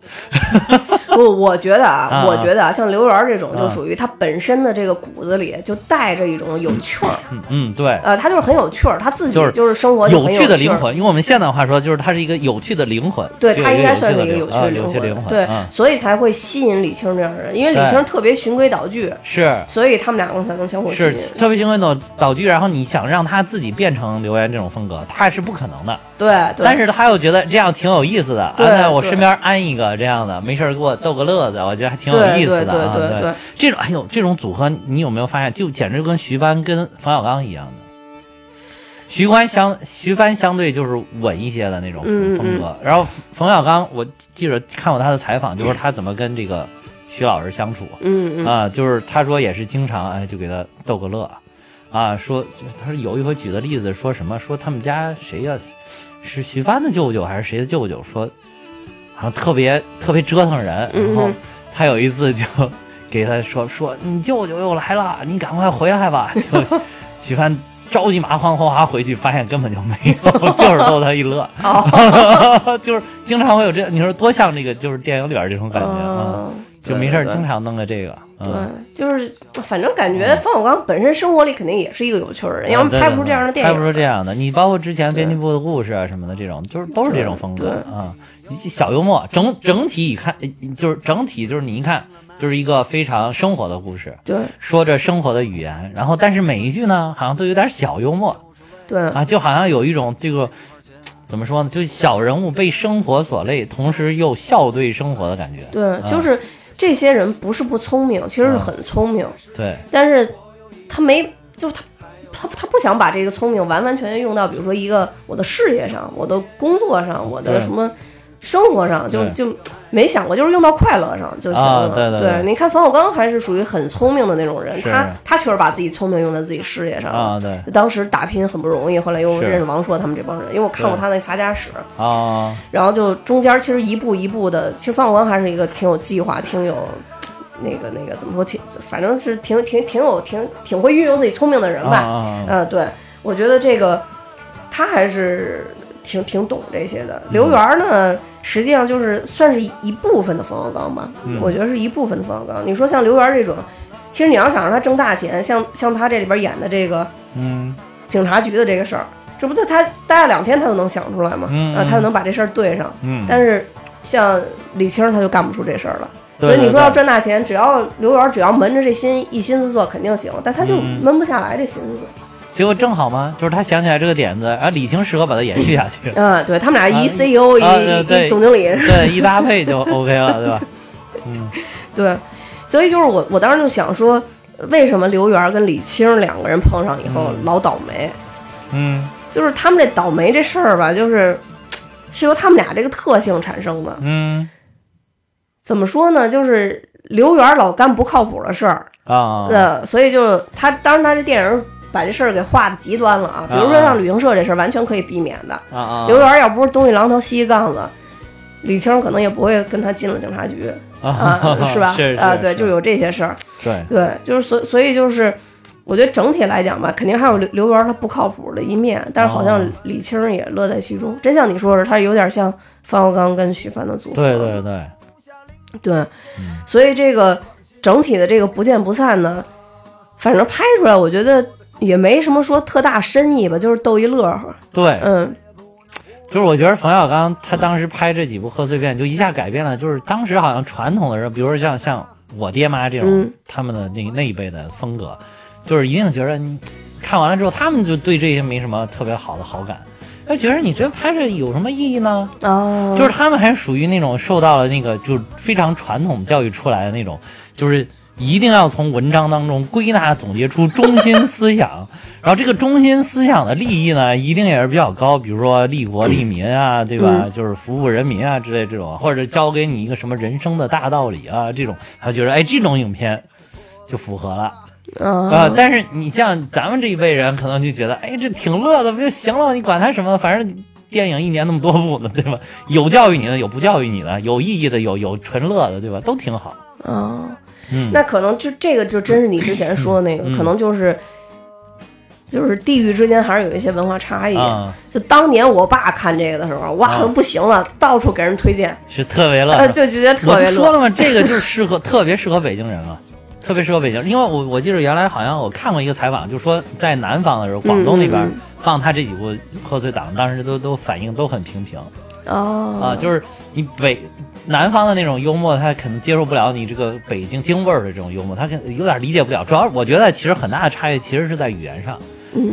Speaker 2: 不，我觉得啊
Speaker 4: 啊，
Speaker 2: 我觉得啊，像刘源这种，
Speaker 4: 啊
Speaker 2: 就属于他本身的这个骨子里就带着一种
Speaker 4: [clears throat]
Speaker 2: 有趣儿，
Speaker 4: 嗯嗯，对，
Speaker 2: 呃，他就是很有趣儿，他自己
Speaker 4: 就是
Speaker 2: 就是生活就
Speaker 4: 有
Speaker 2: 很
Speaker 4: 趣的
Speaker 2: 儿
Speaker 4: 灵。魂，用我们现代话说，就是他是一个有趣的灵魂，
Speaker 2: 对
Speaker 4: 就
Speaker 2: 他
Speaker 4: 有
Speaker 2: 应
Speaker 4: 一
Speaker 2: 该算是
Speaker 4: 个
Speaker 2: 一个有
Speaker 4: 趣
Speaker 2: 趣的
Speaker 4: 的灵
Speaker 2: 灵
Speaker 4: 魂，啊有趣
Speaker 2: 魂，
Speaker 4: 魂，
Speaker 2: 对，
Speaker 4: 嗯
Speaker 2: 所以才会吸引李青这样的人，因为李
Speaker 4: 对
Speaker 2: 青特别循规蹈矩，
Speaker 4: 是。
Speaker 2: 所以他们两个才能相互吸
Speaker 4: 是
Speaker 2: 引。
Speaker 4: 特别兴奋的道具，然后你想让他自己变成刘源这种风格，他是不可能的。
Speaker 2: 对，对
Speaker 4: 但是他又觉得这样挺有意思的，安
Speaker 2: 对
Speaker 4: 在我
Speaker 2: 对
Speaker 4: 身边安一个这样的，没事儿给我逗个乐子，我觉得还挺有
Speaker 2: 对
Speaker 4: 意思
Speaker 2: 对
Speaker 4: 的啊。
Speaker 2: 对对对，
Speaker 4: 这种哎呦，这种组合你有没有发现，就简直跟徐帆跟冯小刚一样的。徐帆相徐帆相对就是稳一些的那种
Speaker 2: 嗯嗯
Speaker 4: 风格，然后冯小刚，我记着看过他的采访，就说他怎么跟这个徐老师相处，
Speaker 2: 嗯嗯，
Speaker 4: 啊，就是他说也是经常哎，就给他逗个乐，啊，说他说有一回举的例子说什么说他们家谁呀、是徐帆的舅舅还是谁的舅舅，说好像特别特别折腾人，然后
Speaker 2: 嗯嗯
Speaker 4: 他有一次就给他说说你舅舅又来了，你赶快回来
Speaker 2: [laughs]
Speaker 4: 吧，就徐帆。着急忙慌慌回去，发现根本就没有， [laughs] 就是逗他一乐， [laughs]
Speaker 2: 哦
Speaker 4: 就是经常会有这，你说多像这个就是电影里边这种感觉啊、
Speaker 2: 嗯
Speaker 4: 就没事儿
Speaker 2: 对对
Speaker 4: 经常弄个这个，嗯、
Speaker 2: 对，就是反正感觉冯小刚本身生活里肯定也是一个有趣儿的人，要
Speaker 4: 啊
Speaker 2: 不
Speaker 4: 对
Speaker 2: 然
Speaker 4: 对
Speaker 2: 拍不出
Speaker 4: 对
Speaker 2: 这样的电
Speaker 4: 拍不
Speaker 2: 影。
Speaker 4: 出这样的。你包括之前
Speaker 2: 对
Speaker 4: 编辑部的故事啊什么的，这种就是都是这种风格
Speaker 2: 对
Speaker 4: 啊，小幽默。整整体一看，就是整体就是你一看就是一个非常生活的故事，
Speaker 2: 对
Speaker 4: 说着生活的语言，然后但是每一句呢，好像都有点小幽默
Speaker 2: 对，
Speaker 4: 啊，就好像有一种这个。怎么说呢？就是小人物被生活所累，同时又笑对生活的感觉。
Speaker 2: 对，就
Speaker 4: 啊
Speaker 2: 是这些人不是不聪明，其实是
Speaker 4: 嗯
Speaker 2: 很聪明，
Speaker 4: 对，
Speaker 2: 但是他没，就是他他他不想把这个聪明完完全全用到，比如说一个我的事业上、我的工作上、我的
Speaker 4: 对
Speaker 2: 什么生活上，就
Speaker 4: 对
Speaker 2: 就没想过，就是用到快乐上就行
Speaker 4: 啊
Speaker 2: 了。
Speaker 4: 对对对
Speaker 2: 你看冯小刚还是属于很聪明的那种人，
Speaker 4: 是
Speaker 2: 他他确实把自己聪明用在自己事业上了
Speaker 4: 啊对
Speaker 2: 当时打拼很不容易，后来又
Speaker 4: 是
Speaker 2: 认识王朔他们这帮人，因为我看过
Speaker 4: 对
Speaker 2: 他那《发家史》，
Speaker 4: 啊，
Speaker 2: 然后就中间其实一步一步的，其实范小刚还是一个挺有计划、挺有嗯那个那个怎么说，挺反正是挺挺挺有挺挺会运用自己聪明的人吧。
Speaker 4: 啊啊啊
Speaker 2: 呃对，我觉得这个他还是挺挺懂这些的。刘源呢，实际上就是算是一部分的冯小刚吧，我觉得是一部分的冯小刚。你说像刘源这种，其实你要想让他挣大钱，像像他这里边演的这个
Speaker 4: 嗯，
Speaker 2: 警察局的这个事儿，这不就他待了两天他就能想出来吗？
Speaker 4: 嗯
Speaker 2: 啊，他就能把这事儿对上。
Speaker 4: 嗯
Speaker 2: 但是像李青儿他就干不出这事儿了。
Speaker 4: 对
Speaker 2: 所以
Speaker 4: 对
Speaker 2: 你说要
Speaker 4: 对
Speaker 2: 赚大钱，只要刘源只要闷着这心一心思做，肯定行。但他就
Speaker 4: 嗯
Speaker 2: 闷不下来这心思。
Speaker 4: 结果正好嘛，就是他想起来这个点子，啊，李晴适合把它延续下
Speaker 2: [laughs]
Speaker 4: 去。
Speaker 2: 嗯，对他们俩一
Speaker 4: 啊
Speaker 2: CEO
Speaker 4: 啊
Speaker 2: 一
Speaker 4: 对
Speaker 2: 一总经理， [laughs]
Speaker 4: 对，一搭配就 OK 了，对吧？
Speaker 2: 对。所以就是我我当时就想说，为什么刘源跟李青儿两个人碰上以后老倒霉？
Speaker 4: 嗯
Speaker 2: 就是他们这倒霉这事儿吧，就是是由他们俩这个特性产生的。
Speaker 4: 嗯
Speaker 2: 怎么说呢？就是刘源老干不靠谱的事儿，
Speaker 4: 啊，
Speaker 2: 呃，所以就他，当然他这电影把这事儿给划的极端了啊。比如说像旅行社这事儿，完全可以避免的。
Speaker 4: 啊啊
Speaker 2: 刘源要不是东一榔头西一杠子，李青可能也不会跟他进了警
Speaker 4: [laughs]
Speaker 2: 察局啊，是吧？
Speaker 4: 是
Speaker 2: 啊，
Speaker 4: 是
Speaker 2: 对，
Speaker 4: 是
Speaker 2: 就有这些事儿。
Speaker 4: 对，
Speaker 2: 对，就是所所以就是，我觉得整体来讲吧，肯定还有刘刘源他不靠谱的一面，但是好像
Speaker 4: 哦
Speaker 2: 李青也乐在其中。真像你说的，他有点像冯小刚跟徐帆的组合。
Speaker 4: 对对对，
Speaker 2: 对，
Speaker 4: 嗯
Speaker 2: 所以这个整体的这个不见不散呢，反正拍出来我觉得也没什么说特大深意吧，就是逗一乐呵。
Speaker 4: 对，
Speaker 2: 嗯，
Speaker 4: 就是我觉得冯小刚他当时拍这几部贺岁片，就一下改变了，就是当时好像传统的人，比如说像像我爹妈这种、
Speaker 2: 嗯
Speaker 4: 他们的那那一辈的风格，就是一定觉得你看完了之后，他们就对这些没什么特别好的好感，就觉得你这拍着有什么意义呢？
Speaker 2: 哦，
Speaker 4: 就是他们还属于那种受到了那个就是非常传统教育出来的那种，就是一定要从文章当中归纳总结出中心思想， [laughs] 然后这个中心思想的利益呢，一定也是比较高，比如说利国利民啊，对吧？就是服务人民啊之类这种，或者教给你一个什么人生的大道理啊这种，他觉得哎这种影片就符合了。啊、
Speaker 2: 啊，
Speaker 4: 但是你像咱们这一辈人，可能就觉得，哎，这挺乐的，不就行了？你管他什么，反正电影一年那么多部呢，对吧？有教育你的，有不教育你的，有意义的，有有纯乐的，对吧？都挺好。
Speaker 2: 哦，
Speaker 4: 嗯，
Speaker 2: 那可能就这个就真是你之前说的那个，
Speaker 4: 嗯
Speaker 2: 可能就是。就是地域之间还是有一些文化差异。
Speaker 4: 啊
Speaker 2: 就当年我爸看这个的时候，哇，
Speaker 4: 啊
Speaker 2: 不行了，到处给人推荐，
Speaker 4: 是特别乐。
Speaker 2: 呃， [laughs] 就觉得特
Speaker 4: 我
Speaker 2: 别
Speaker 4: 不说
Speaker 2: 乐。
Speaker 4: 了吗？这个就是适合，特别适合北京人了。特别适合北京，因为我我记得原来好像我看过一个采访，就说在南方的时候，广东那边
Speaker 2: 嗯
Speaker 4: 放他这几部贺岁档，当时都都反应都很平平。
Speaker 2: 哦
Speaker 4: 啊，就是你北南方的那种幽默，他可能接受不了你这个北京京味儿的这种幽默，他可能有点理解不了。主要我觉得其实很大的差异其实是在语言上，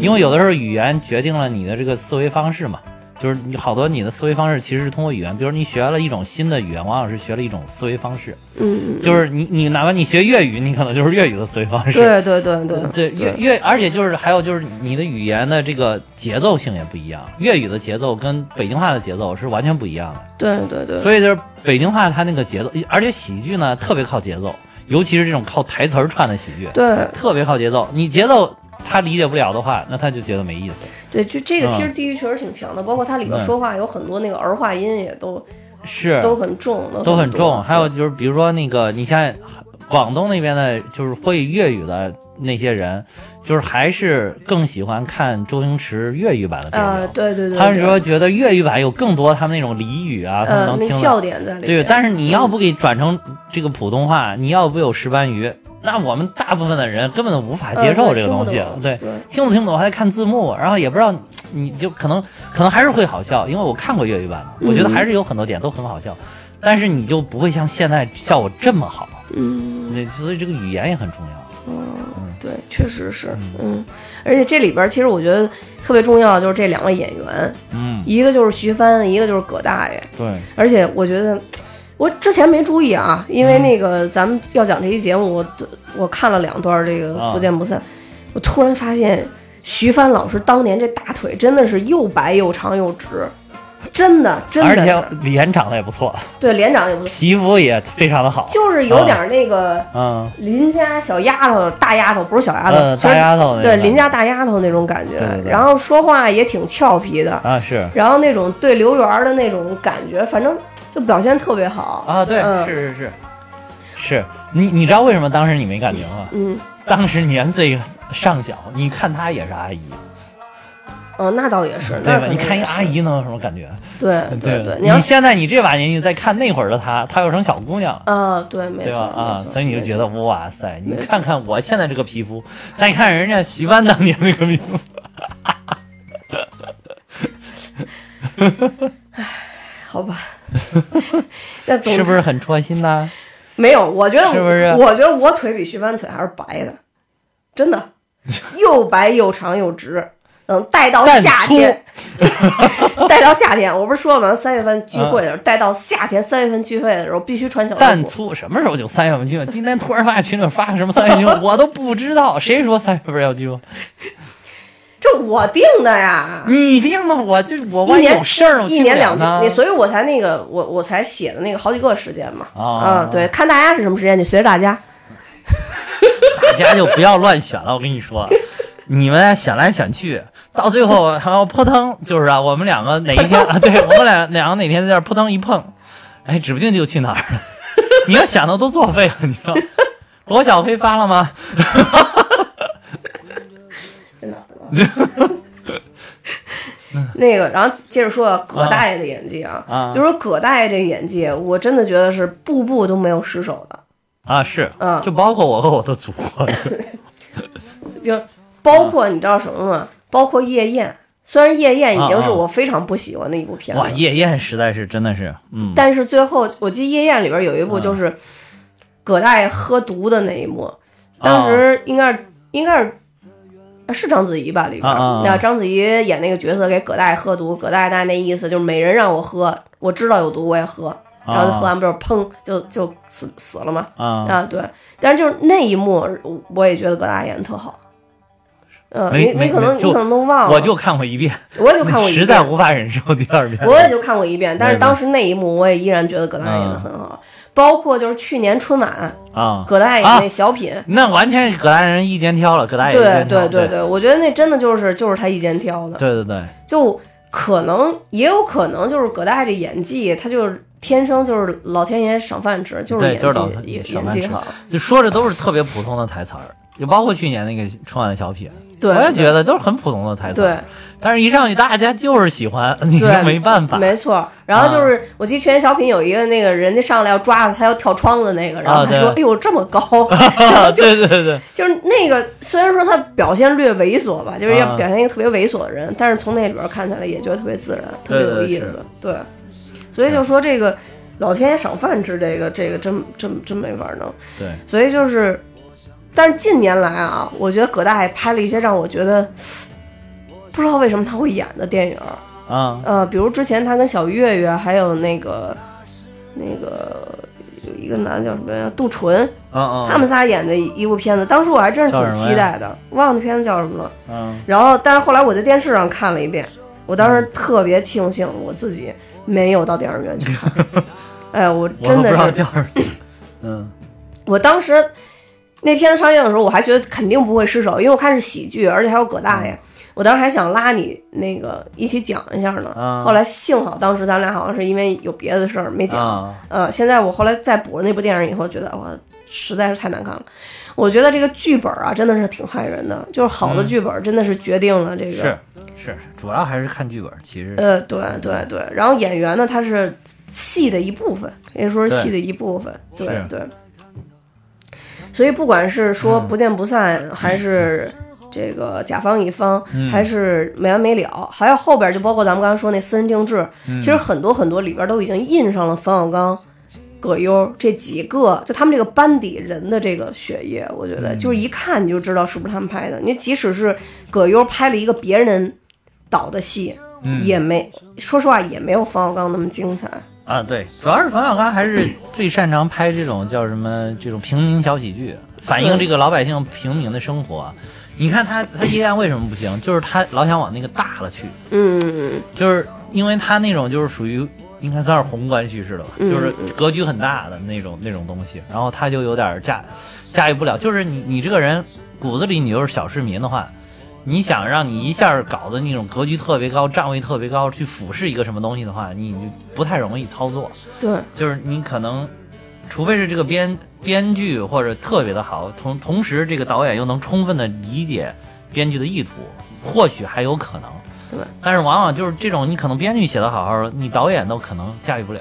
Speaker 4: 因为有的时候语言决定了你的这个思维方式嘛。就是你好多你的思维方式其实是通过语言，比如你学了一种新的语言，往往是学了一种思维方式。
Speaker 2: 嗯，
Speaker 4: 就是你你哪怕你学粤语，你可能就是粤语的思维方式。
Speaker 2: 对对对对
Speaker 4: 对粤粤，而且就是还有就是你的语言的这个节奏性也不一样，粤语的节奏跟北京话的节奏是完全不一样的。
Speaker 2: 对对对，
Speaker 4: 所以就是北京话，它那个节奏，而且喜剧呢特别靠节奏，尤其是这种靠台词儿串的喜剧，
Speaker 2: 对
Speaker 4: 特别靠节奏。你节奏他理解不了的话，那他就觉得没意思。
Speaker 2: 对，就这个
Speaker 4: 啊
Speaker 2: 其实地域确实挺强的，包括它里边
Speaker 4: 嗯
Speaker 2: 说话有很多那个儿化音也都
Speaker 4: 是，
Speaker 2: 都很重，
Speaker 4: 都很
Speaker 2: 多
Speaker 4: 重。还有就是，比如说那个，你像广东那边的，就是会粤语的那些人，就是还是更喜欢看周星驰粤语版的电影。
Speaker 2: 啊，对对对，
Speaker 4: 他们
Speaker 2: 对
Speaker 4: 说觉得粤语版有更多他们那种俚语啊，他们
Speaker 2: 呃
Speaker 4: 能
Speaker 2: 那
Speaker 4: 听
Speaker 2: 个
Speaker 4: 得
Speaker 2: 笑点在里面，
Speaker 4: 对，但是你要不给转成这个普通话，你要不有石斑鱼，那我们大部分的人根本都无法接受这个东西，
Speaker 2: 呃对
Speaker 4: 对
Speaker 2: 听
Speaker 4: 听
Speaker 2: 不懂，
Speaker 4: 不听懂还得看字幕，然后也不知道，你就可能可能还是会好笑，因为我看过粤语版
Speaker 2: 嗯
Speaker 4: 的，我觉得还是有很多点都很好笑，但是你就不会像现在效果这么好，
Speaker 2: 嗯。
Speaker 4: 对，所以这个语言也很重要，
Speaker 2: 嗯，对，确实是，嗯，而且这里边儿其实我觉得特别重要的就是这两位演员，
Speaker 4: 嗯，
Speaker 2: 一个就是徐帆，一个就是葛大爷，
Speaker 4: 对，
Speaker 2: 而且我觉得我之前没注意啊，
Speaker 4: 嗯
Speaker 2: 因为那个咱们要讲这期节目，我我看了两段儿这个
Speaker 4: 啊
Speaker 2: 《不见不散》，我突然发现徐帆老师当年这大腿真的是又白又长又直，真的真
Speaker 4: 而
Speaker 2: 的
Speaker 4: 且
Speaker 2: 是，
Speaker 4: 脸长得也不错，
Speaker 2: 对脸长也不错，
Speaker 4: 皮肤也非常的好，
Speaker 2: 就是有点儿那个。
Speaker 4: 嗯，
Speaker 2: 邻家小丫头、大丫头不是小丫头，
Speaker 4: 呃
Speaker 2: 就是
Speaker 4: 大丫头那种
Speaker 2: 对
Speaker 4: 感觉
Speaker 2: 邻家大丫头那种感觉，
Speaker 4: 对对对
Speaker 2: 然后说话也挺俏皮的，
Speaker 4: 啊是。
Speaker 2: 然后那种对刘源儿的那种感觉，反正就表现特别好
Speaker 4: 啊，对，
Speaker 2: 嗯
Speaker 4: 是是是，是你你知道为什么当时你没感觉吗？
Speaker 2: 嗯，
Speaker 4: 当时年岁尚小，你看她也是阿姨，
Speaker 2: 哦，那倒也是，
Speaker 4: 对吧？
Speaker 2: 那可能
Speaker 4: 你看一
Speaker 2: 也
Speaker 4: 个
Speaker 2: 是
Speaker 4: 阿，姨能有什么感觉？
Speaker 2: 对对
Speaker 4: 对，
Speaker 2: 你要是
Speaker 4: 现在你这把年纪再看那会儿的她，她又成小姑娘了。
Speaker 2: 啊，对，没
Speaker 4: 对
Speaker 2: 错
Speaker 4: 吧？啊，
Speaker 2: 没错
Speaker 4: 所以你就觉得
Speaker 2: 没错
Speaker 4: 哇塞，你
Speaker 2: 没错
Speaker 4: 看看我现在这个皮肤，再看人家徐帆当年那个皮
Speaker 2: [laughs]
Speaker 4: 肤，[laughs]
Speaker 2: 好吧， [laughs] 那总
Speaker 4: 是
Speaker 2: 之
Speaker 4: 不是很戳心呢？
Speaker 2: 没有？我觉得
Speaker 4: 是不是
Speaker 2: 我觉得我腿比徐帆腿还是白的，真
Speaker 4: [laughs]
Speaker 2: 的，又白又长又直。嗯，带到
Speaker 4: 但
Speaker 2: 夏
Speaker 4: 粗 [laughs]
Speaker 2: 天，带到夏天，我不是说了吗？三月份聚会
Speaker 4: 嗯
Speaker 2: 的时候，带到夏天三月份聚会的时候必须穿小内
Speaker 4: 蛋
Speaker 2: 裤。
Speaker 4: 粗什么时候就三月份去了？今天突然发现群里发什么三月份去了，我都不知道，谁说三月份要去？
Speaker 2: 这我定的呀，
Speaker 4: 你定的，我就我
Speaker 2: 一
Speaker 4: 万一
Speaker 2: 年
Speaker 4: 有事儿，我去
Speaker 2: 一
Speaker 4: 不
Speaker 2: 年
Speaker 4: 了
Speaker 2: 两
Speaker 4: 呢。
Speaker 2: 你，所以我才那个，我我才写的那个好几个时间嘛。
Speaker 4: 啊
Speaker 2: 嗯，对，看
Speaker 4: [laughs]
Speaker 2: 大家是什么时间，就随着大家。 [laughs]
Speaker 4: 大家就不要乱选了，我跟你说，你们选来选去，到最后还要扑腾，就是啊，我们两个哪一天，啊、对我们俩两个哪天在这儿扑腾一碰，哎，指不定就去哪儿了。 [laughs] 你要想的都作废了，你知道？罗小黑发了吗？
Speaker 2: 真的。那个，然后接着说葛大爷的演技啊，
Speaker 4: 啊
Speaker 2: 就说葛大爷这演技，我真的觉得是步步都没有失手的。
Speaker 4: [laughs] 啊，是，
Speaker 2: 嗯哎
Speaker 4: 就包括我和我的祖国，
Speaker 2: 就包括你知道什么吗？包括夜宴，虽然夜宴已经是我非常不喜欢的一部片子，
Speaker 4: 啊哇，夜宴实在是真的是，嗯，
Speaker 2: 但是最后我记得夜宴里边有一部就是葛大爷喝毒的那一
Speaker 4: 啊
Speaker 2: 幕，当时应该是应该是。啊是章子怡吧？里边，
Speaker 4: 啊啊啊
Speaker 2: 那章子怡演那个角色给葛大爷喝毒，葛大爷大概那意思就是每人让我喝，我知道有毒我也喝，然后就喝完不是砰就就死死了嘛。
Speaker 4: 啊，
Speaker 2: 啊，对，但是就是那一幕，我我也觉得葛大爷演的特好。嗯，
Speaker 4: 没
Speaker 2: 你
Speaker 4: 没
Speaker 2: 你可能
Speaker 4: 没
Speaker 2: 你
Speaker 4: 就
Speaker 2: 可能都忘了，
Speaker 4: 我就看过一遍，
Speaker 2: 我也就哦看过一遍，
Speaker 4: 实在无法忍受第二遍，
Speaker 2: 我也就看过一遍，但是
Speaker 4: 没
Speaker 2: 当时那一幕我也依然觉得葛大爷演的很好，包括就是去年春晚
Speaker 4: 啊，
Speaker 2: 葛大爷
Speaker 4: 啊
Speaker 2: 那小品，
Speaker 4: 那完全是葛大人一肩挑了，葛大爷一
Speaker 2: 对
Speaker 4: 肩挑
Speaker 2: 对对
Speaker 4: 对
Speaker 2: 对，我觉得那真的就是就是他一肩挑的，
Speaker 4: 对对对，
Speaker 2: 就可能也有可能就是葛大爷这演技，他就是天生就是老天爷赏饭吃，就是
Speaker 4: 对
Speaker 2: 演技
Speaker 4: 就是老
Speaker 2: 也
Speaker 4: 赏
Speaker 2: 演
Speaker 4: 饭
Speaker 2: 技
Speaker 4: 吃
Speaker 2: 好，
Speaker 4: 就说着都是特别普通的台词儿，就包括去年那个春晚的小品，
Speaker 2: 对，
Speaker 4: 我也觉得都是很普通的台词
Speaker 2: 对
Speaker 4: 儿，。但是一上去大家就是喜欢，你就
Speaker 2: 对
Speaker 4: 没办法，啊
Speaker 2: 没错，然后就是、我记得全员小品有一个那个人家上来要抓他，他要跳窗子那个，然后他
Speaker 4: 啊对
Speaker 2: 说：“哎呦，这么
Speaker 4: [laughs]
Speaker 2: 高！”
Speaker 4: 对对对，
Speaker 2: 就是那个虽然说他表现略猥琐吧，就是
Speaker 4: 啊
Speaker 2: 要表现一个特别猥琐的人，但是从那里边看起来也觉得特别自然，特别
Speaker 4: 对
Speaker 2: 有
Speaker 4: 对
Speaker 2: 意思。对，所以就说这个老天爷赏饭吃，这个这个真真真没法弄。
Speaker 4: 对，
Speaker 2: 所以就是，但是近年来啊，我觉得葛大爷拍了一些让我觉得不知道为什么他会演的电影儿，
Speaker 4: 啊
Speaker 2: 呃，比如之前他跟小岳岳还有那个那个有一个男的叫什么呀，杜淳，
Speaker 4: 啊啊，
Speaker 2: 他们仨演的一部片子，当时我还真是挺期待的，忘了那片子叫什么了。
Speaker 4: 嗯
Speaker 2: 然后，但是后来我在电视上看了一遍，我当时特别庆幸我自己没有到电影院去看。哎，我
Speaker 4: 我都
Speaker 2: 真
Speaker 4: 不
Speaker 2: 的
Speaker 4: 知道
Speaker 2: 是，
Speaker 4: 叫什么，嗯
Speaker 2: 我当时那片子上映的时候，我还觉得肯定不会失手，因为我看是喜剧，而且还有葛
Speaker 4: 嗯
Speaker 2: 大爷。我当时还想拉你那个一起讲一下呢，
Speaker 4: 啊
Speaker 2: 后来幸好当时咱俩好像是因为有别的事儿没讲。
Speaker 4: 啊
Speaker 2: 呃，现在我后来再补了那部电影以后，觉得哇，实在是太难看了。我觉得这个剧本啊，真的是挺害人的，就是好的剧本真的是决定了这个。
Speaker 4: 嗯是是，主要还是看剧本，其实
Speaker 2: 呃，对对对，然后演员呢，他是戏的一部分，可以说是戏的一部分，对
Speaker 4: 是
Speaker 2: 对。所以不管是说不见不散，还是这个甲方乙方，还是没完没了，还有后边就包括咱们刚才说那私人定制，其实很多很多里边都已经印上了冯小刚。葛优这几个，就他们这个班底人的这个血液，我觉得就是一看你就知道是不是他们拍的。你即使是葛优拍了一个别人导的戏，也没说实话也没有冯小刚那么精彩。
Speaker 4: 啊对，主要是冯小刚还是最擅长拍这种叫什么这种平民小喜剧，反映这个老百姓平民的生活。你看他他夜宴为什么不行？就是他老想往那个大了去，
Speaker 2: 嗯，
Speaker 4: 就是因为他那种就是属于应该算是宏观叙事的吧，就是格局很大的那种那种东西，然后他就有点驾驾驭不了。就是你你这个人骨子里你就是小市民的话，你想让你一下搞的那种格局特别高、站位特别高去俯视一个什么东西的话，你就不太容易操作。
Speaker 2: 对，
Speaker 4: 就是你可能，除非是这个编编剧或者特别的好，同同时这个导演又能充分的理解编剧的意图，或许还有可能。
Speaker 2: 对，
Speaker 4: 但是往往就是这种，你可能编剧写的好好的，你导演都可能驾驭不了。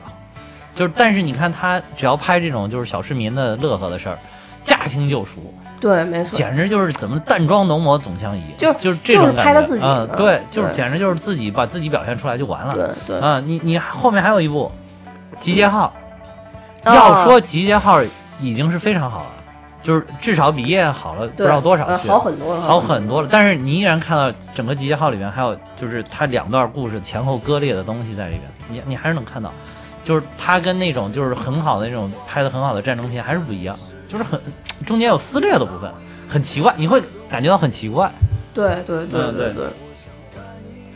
Speaker 4: 就是，但是你看他只要拍这种就是小市民的乐呵的事儿，驾轻就熟，
Speaker 2: 对，没错。
Speaker 4: 简直就是怎么淡妆浓抹总相宜，
Speaker 2: 就
Speaker 4: 就是这种
Speaker 2: 就是
Speaker 4: 感
Speaker 2: 拍他
Speaker 4: 觉
Speaker 2: 自己
Speaker 4: 嗯
Speaker 2: 嘛，
Speaker 4: 对，就是
Speaker 2: 对
Speaker 4: 简直就是自己把自己表现出来就完了。
Speaker 2: 对对，
Speaker 4: 啊，你你后面还有一部《集结号》，
Speaker 2: 哦
Speaker 4: 要说《集结号》已经是非常好了，就是至少比《夜宴》好了不
Speaker 2: 对
Speaker 4: 知道多少
Speaker 2: 呃
Speaker 4: 去，
Speaker 2: 好很多了，
Speaker 4: 好很多了。但是你依然看到整个《集结号》里面还有就是它两段故事前后割裂的东西在里边，你你还是能看到，就是它跟那种就是很好的那种拍的很好的战争片还是不一样，就是很中间有撕裂的部分，很奇怪，你会感觉到很奇怪。
Speaker 2: 对对对
Speaker 4: 嗯对
Speaker 2: 对。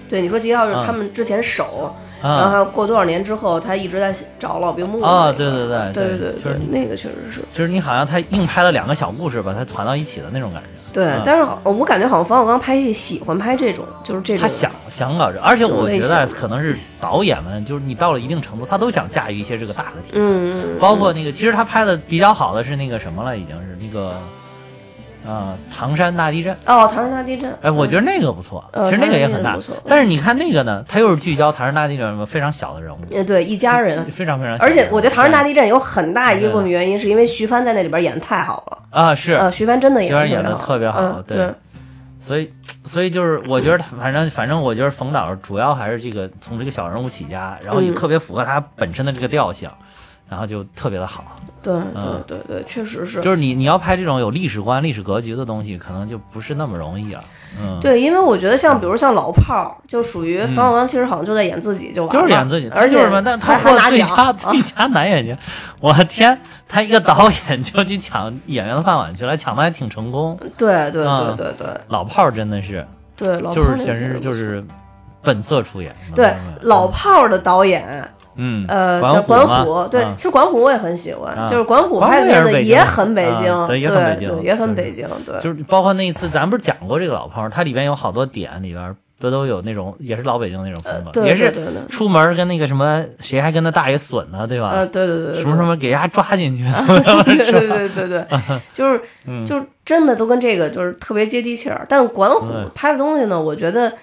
Speaker 2: 对，你说吉奥是
Speaker 4: 嗯
Speaker 2: 他们之前手
Speaker 4: 啊
Speaker 2: 然后还有过多少年之后，他一直在找老兵墓
Speaker 4: 啊
Speaker 2: 那个
Speaker 4: 对对对
Speaker 2: 对
Speaker 4: 对
Speaker 2: 对
Speaker 4: 就是你
Speaker 2: 那个确实是
Speaker 4: 就是你好像他硬拍了两个小故事，把它攒到一起的那种感觉。
Speaker 2: 对，但是好我感觉好像冯小刚拍戏喜欢拍这种，就是这种
Speaker 4: 他想想搞这，而且我觉
Speaker 2: 这种
Speaker 4: 得
Speaker 2: 类型
Speaker 4: 可能是导演们，就是你到了一定程度，他都想驾驭一些这个大的题材，
Speaker 2: 嗯，
Speaker 4: 包括那个，其实他拍的比较好的是那个什么了，已经是那个，呃，唐山大地震。
Speaker 2: 哦，唐山大地震，
Speaker 4: 哎，我觉得那个不错，
Speaker 2: 呃
Speaker 4: 其实那个也很大
Speaker 2: 唐山大地震不错，嗯
Speaker 4: 但是你看那个呢，他又是聚焦唐山大地震非常小的人物，
Speaker 2: 也嗯呃对一家人。
Speaker 4: 非常非常小的人物。
Speaker 2: 而且我觉得《唐山大
Speaker 4: 地
Speaker 2: 地震》有很大一部
Speaker 4: 嗯
Speaker 2: 分原因是因为徐帆在那里边演的太好了，
Speaker 4: 啊是，
Speaker 2: 呃，徐帆真的演
Speaker 4: 徐帆演
Speaker 2: 的
Speaker 4: 得特别好
Speaker 2: 嗯
Speaker 4: 对
Speaker 2: 对，
Speaker 4: 所以，所以就是我觉得他，反正反正我觉得冯导主要还是这个从这个小人物起家，然后也
Speaker 2: 嗯
Speaker 4: 特别符合他本身的这个调性，然后就特别的好。
Speaker 2: 对
Speaker 4: 嗯
Speaker 2: 对对对，确实是。
Speaker 4: 就是你你要拍这种有历史观、历史格局的东西，可能就不是那么容易了。嗯，，
Speaker 2: 对，因为我觉得像比如像老炮儿，就属于冯小刚，其实好像就在演自己就完了，
Speaker 4: 就是演自己，
Speaker 2: 而且
Speaker 4: 他就是嘛，但他
Speaker 2: 还
Speaker 4: 获
Speaker 2: 还拿
Speaker 4: 最
Speaker 2: 奖
Speaker 4: 佳
Speaker 2: 啊，
Speaker 4: 最佳男演
Speaker 2: [laughs]
Speaker 4: 员，我的天，他一个导演就去抢演员的饭碗去了，抢的还挺成功。
Speaker 2: 对对
Speaker 4: 嗯
Speaker 2: 对对对
Speaker 4: 老炮儿真的是，
Speaker 2: 对，老
Speaker 4: 就
Speaker 2: 炮
Speaker 4: 是
Speaker 2: 儿那
Speaker 4: 简
Speaker 2: 个
Speaker 4: 直
Speaker 2: 不
Speaker 4: 就
Speaker 2: 错
Speaker 4: 是本色出演。
Speaker 2: 对老炮儿的导演，
Speaker 4: 嗯，
Speaker 2: 呃，叫
Speaker 4: 管
Speaker 2: 管
Speaker 4: 嘛
Speaker 2: 虎，对，
Speaker 4: 嗯
Speaker 2: 其实管虎我也很喜欢
Speaker 4: 啊，
Speaker 2: 就是管虎
Speaker 4: 管虎
Speaker 2: 拍的
Speaker 4: 也是
Speaker 2: 片子
Speaker 4: 北
Speaker 2: 也
Speaker 4: 京
Speaker 2: 很北
Speaker 4: 啊
Speaker 2: 京，
Speaker 4: 对
Speaker 2: 对
Speaker 4: 也很北京
Speaker 2: 对，也
Speaker 4: 就
Speaker 2: 很
Speaker 4: 是
Speaker 2: 北京，对，
Speaker 4: 就是包括那一次，咱不是讲过这个老炮儿，它里边有好多点里边不都有那种也是老北京那种风格，
Speaker 2: 呃对
Speaker 4: 也
Speaker 2: 对对对
Speaker 4: 是出门跟那个什么谁还跟他大爷损呢，对吧？
Speaker 2: 呃，对对对，对
Speaker 4: 什么什么给人家抓进去， [laughs]
Speaker 2: 对对对对对，就是
Speaker 4: 嗯
Speaker 2: 就是真的都跟这个就是特别接地气儿。但管虎
Speaker 4: 嗯
Speaker 2: 拍的东西呢，我觉得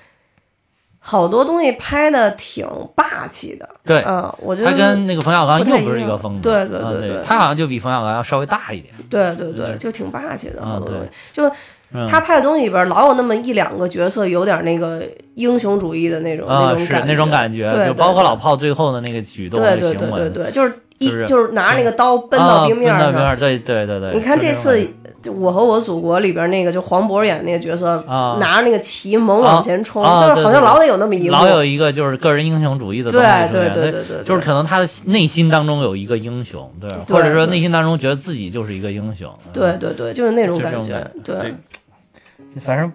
Speaker 2: 好多东西拍的挺霸气的。
Speaker 4: 对
Speaker 2: 嗯，我觉得
Speaker 4: 他跟那个冯小刚
Speaker 2: 不太
Speaker 4: 又不是一个风格，
Speaker 2: 一样对对
Speaker 4: 啊
Speaker 2: 对
Speaker 4: 对
Speaker 2: 对
Speaker 4: 他好像就比冯小刚要稍微大一点，
Speaker 2: 对对对，
Speaker 4: 对
Speaker 2: 就挺霸气的，
Speaker 4: 啊
Speaker 2: 好多东西
Speaker 4: 对。
Speaker 2: 就是
Speaker 4: 嗯
Speaker 2: 他拍的东西里边儿老有那么一两个角色有点那个英雄主义的那种
Speaker 4: 啊，
Speaker 2: 种
Speaker 4: 是
Speaker 2: 感
Speaker 4: 那种感
Speaker 2: 觉
Speaker 4: 觉，，
Speaker 2: 对
Speaker 4: 就包括老炮最后的那个举动、
Speaker 2: 对
Speaker 4: 那
Speaker 2: 对
Speaker 4: 个
Speaker 2: 对
Speaker 4: 行
Speaker 2: 对
Speaker 4: 为，
Speaker 2: 对，就是一
Speaker 4: 就是
Speaker 2: 就是拿那个刀奔
Speaker 4: 啊
Speaker 2: 到冰面
Speaker 4: 奔到
Speaker 2: 儿
Speaker 4: 冰面
Speaker 2: 上。
Speaker 4: 儿对对对对。
Speaker 2: 你看
Speaker 4: 就
Speaker 2: 这
Speaker 4: 这种感
Speaker 2: 次
Speaker 4: 觉
Speaker 2: 《我和我祖国》里边那个，就黄渤演那个角色，
Speaker 4: 啊
Speaker 2: 拿着那个旗猛往前冲，
Speaker 4: 啊啊
Speaker 2: 就是好
Speaker 4: 对对
Speaker 2: 像老得有那么一幕。
Speaker 4: 老有一个就是个人英雄主义的东西
Speaker 2: 对
Speaker 4: 出现
Speaker 2: 对
Speaker 4: 对
Speaker 2: 对对对对
Speaker 4: 就是可能他的内心当中有一个英雄，对，
Speaker 2: 对
Speaker 4: 或者说
Speaker 2: 对
Speaker 4: 内心当中觉得自己就是一个英雄，
Speaker 2: 对对对，就是那种
Speaker 4: 就这
Speaker 2: 感
Speaker 4: 种
Speaker 2: 觉
Speaker 4: 感。
Speaker 2: 对
Speaker 4: 对反正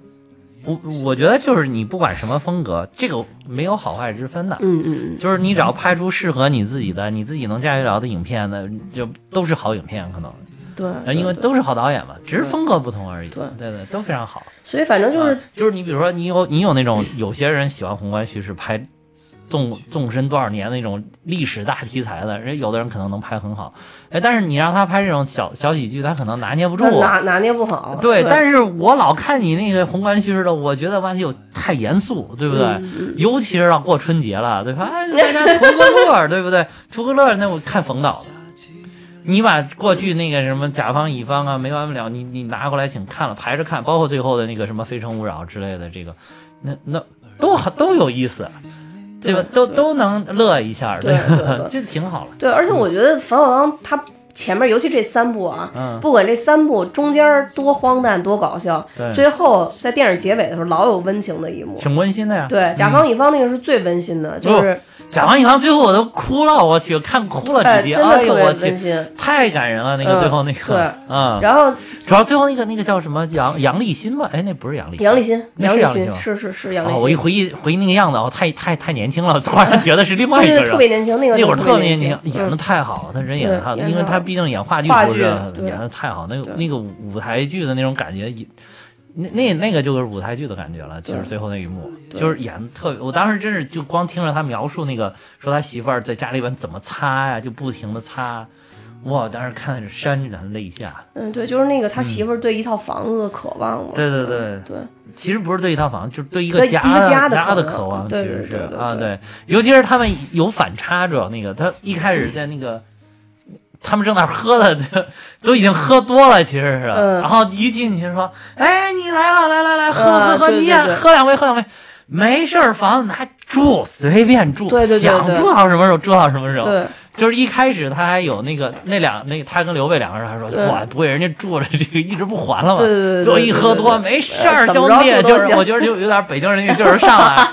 Speaker 4: 我我觉得就是你不管什么风格，这个没有好坏之分的，
Speaker 2: 嗯嗯
Speaker 4: 就是你只要拍出适合你自己的、你自己能驾驭了的影片呢，就都是好影片，可能
Speaker 2: 嗯，对
Speaker 4: 呃，因为
Speaker 2: 对
Speaker 4: 都是好导演嘛，只是风格不同而已，
Speaker 2: 对
Speaker 4: 对对，都非常好。
Speaker 2: 所以反正就是
Speaker 4: 啊就是你比如说你有你有那种有些人喜欢宏观叙事拍纵纵深多少年那种历史大题材的，人家有的人可能能拍很好，哎，但是你让他拍这种小小喜剧，他可能拿捏不住。啊
Speaker 2: 拿拿捏不好。
Speaker 4: 对，但
Speaker 2: 是
Speaker 4: 是我老看你那个宏观叙事的，我觉得完有太严肃，
Speaker 2: 嗯
Speaker 4: 对不对？尤其是要过春节了，对吧？哎大
Speaker 2: [laughs]
Speaker 4: 家图个乐儿，对不对？图个乐儿，那我看冯导的。你把过去那个什么甲方乙方啊没完没了，你你拿过来请看了排着看，包括最后的那个什么《非诚勿扰》之类的，这个那那都好都有意思，啊对吧？都都能乐一下，
Speaker 2: 对对
Speaker 4: 吧？
Speaker 2: 对
Speaker 4: 这挺好了。
Speaker 2: 对，而且我觉得冯小刚他前面尤其这三部啊，
Speaker 4: 嗯
Speaker 2: 不管这三部中间多荒诞多搞笑
Speaker 4: 对，
Speaker 2: 最后在电影结尾的时候老有温情的一幕。
Speaker 4: 挺温馨的呀，
Speaker 2: 对，甲方乙方那个是最温馨
Speaker 4: 嗯
Speaker 2: 的，就是。
Speaker 4: 甲方乙方最后我都哭了，我去看哭了
Speaker 2: 哎
Speaker 4: 直接，
Speaker 2: 真的
Speaker 4: 哎呦
Speaker 2: 特别
Speaker 4: 我去
Speaker 2: 温馨，
Speaker 4: 太感人了那个
Speaker 2: 嗯
Speaker 4: 最后那个，
Speaker 2: 对
Speaker 4: 嗯，
Speaker 2: 然后
Speaker 4: 主要最后那个那个叫什么杨杨立新吧？哎，那不是杨立
Speaker 2: 杨立新，
Speaker 4: 那
Speaker 2: 杨
Speaker 4: 是
Speaker 2: 立
Speaker 4: 杨立新
Speaker 2: 新
Speaker 4: 吗
Speaker 2: 是是是杨立
Speaker 4: 哦，
Speaker 2: 新，
Speaker 4: 我一回忆回忆那个样子，哦，太太太年轻了， [laughs] 突然觉得是另外一个
Speaker 2: 对对，特别
Speaker 4: 人。
Speaker 2: 年轻，那个
Speaker 4: 那会儿
Speaker 2: 特
Speaker 4: 特
Speaker 2: 别
Speaker 4: 别
Speaker 2: 轻
Speaker 4: 年，轻，演的
Speaker 2: 嗯
Speaker 4: 太好了，他人演的
Speaker 2: 对
Speaker 4: 太好，
Speaker 2: 演得
Speaker 4: 因为他
Speaker 2: 好
Speaker 4: 毕竟演话剧
Speaker 2: 话
Speaker 4: 出
Speaker 2: 剧
Speaker 4: 身，
Speaker 2: 对
Speaker 4: 演的太好，那个
Speaker 2: 对
Speaker 4: 那个舞台剧的那种感觉，也那那那个就是舞台剧的感觉了。就是
Speaker 2: 对
Speaker 4: 最后那一幕，
Speaker 2: 对
Speaker 4: 就是演的特别，我当时真是就光听着他描述那个，说他媳妇儿在家里边怎么擦呀，就不停的擦，哇，当时看的是潸然泪下。
Speaker 2: 嗯，对，就是那个他媳妇儿对一套房子的渴望嘛，
Speaker 4: 对对对
Speaker 2: 嗯对，
Speaker 4: 其实不是对一套房，就是对一个
Speaker 2: 对
Speaker 4: 家
Speaker 2: 一个家的
Speaker 4: 家的
Speaker 2: 渴
Speaker 4: 渴
Speaker 2: 望
Speaker 4: 望，其
Speaker 2: 对
Speaker 4: 实是
Speaker 2: 对对对
Speaker 4: 啊，
Speaker 2: 对
Speaker 4: 对，尤其是他们有反差，主要那个他一开始在那个。他们正那儿喝的，都已经喝多了，其实是，
Speaker 2: 嗯
Speaker 4: 然后一进去说：“哎，你来了，来来来，喝喝
Speaker 2: 嗯
Speaker 4: 喝，
Speaker 2: 对
Speaker 4: 你也
Speaker 2: 对对
Speaker 4: 喝两杯，喝两杯，没事儿，房子拿住，随便住，
Speaker 2: 对对对
Speaker 4: 想
Speaker 2: 对
Speaker 4: 住到什么时候住到什么时候。”
Speaker 2: 对
Speaker 4: 就是一开始他还有那个那两那他跟刘备两个人还说
Speaker 2: 对
Speaker 4: 哇不给人家住了这个一直不还了嘛，
Speaker 2: 对对对对
Speaker 4: 就一喝多
Speaker 2: 对对
Speaker 4: 没事儿
Speaker 2: 呃怎
Speaker 4: 兄
Speaker 2: 么着
Speaker 4: 弟，
Speaker 2: 住都
Speaker 4: 就是
Speaker 2: 行 [laughs]
Speaker 4: 我觉得就有点北京人就是上来，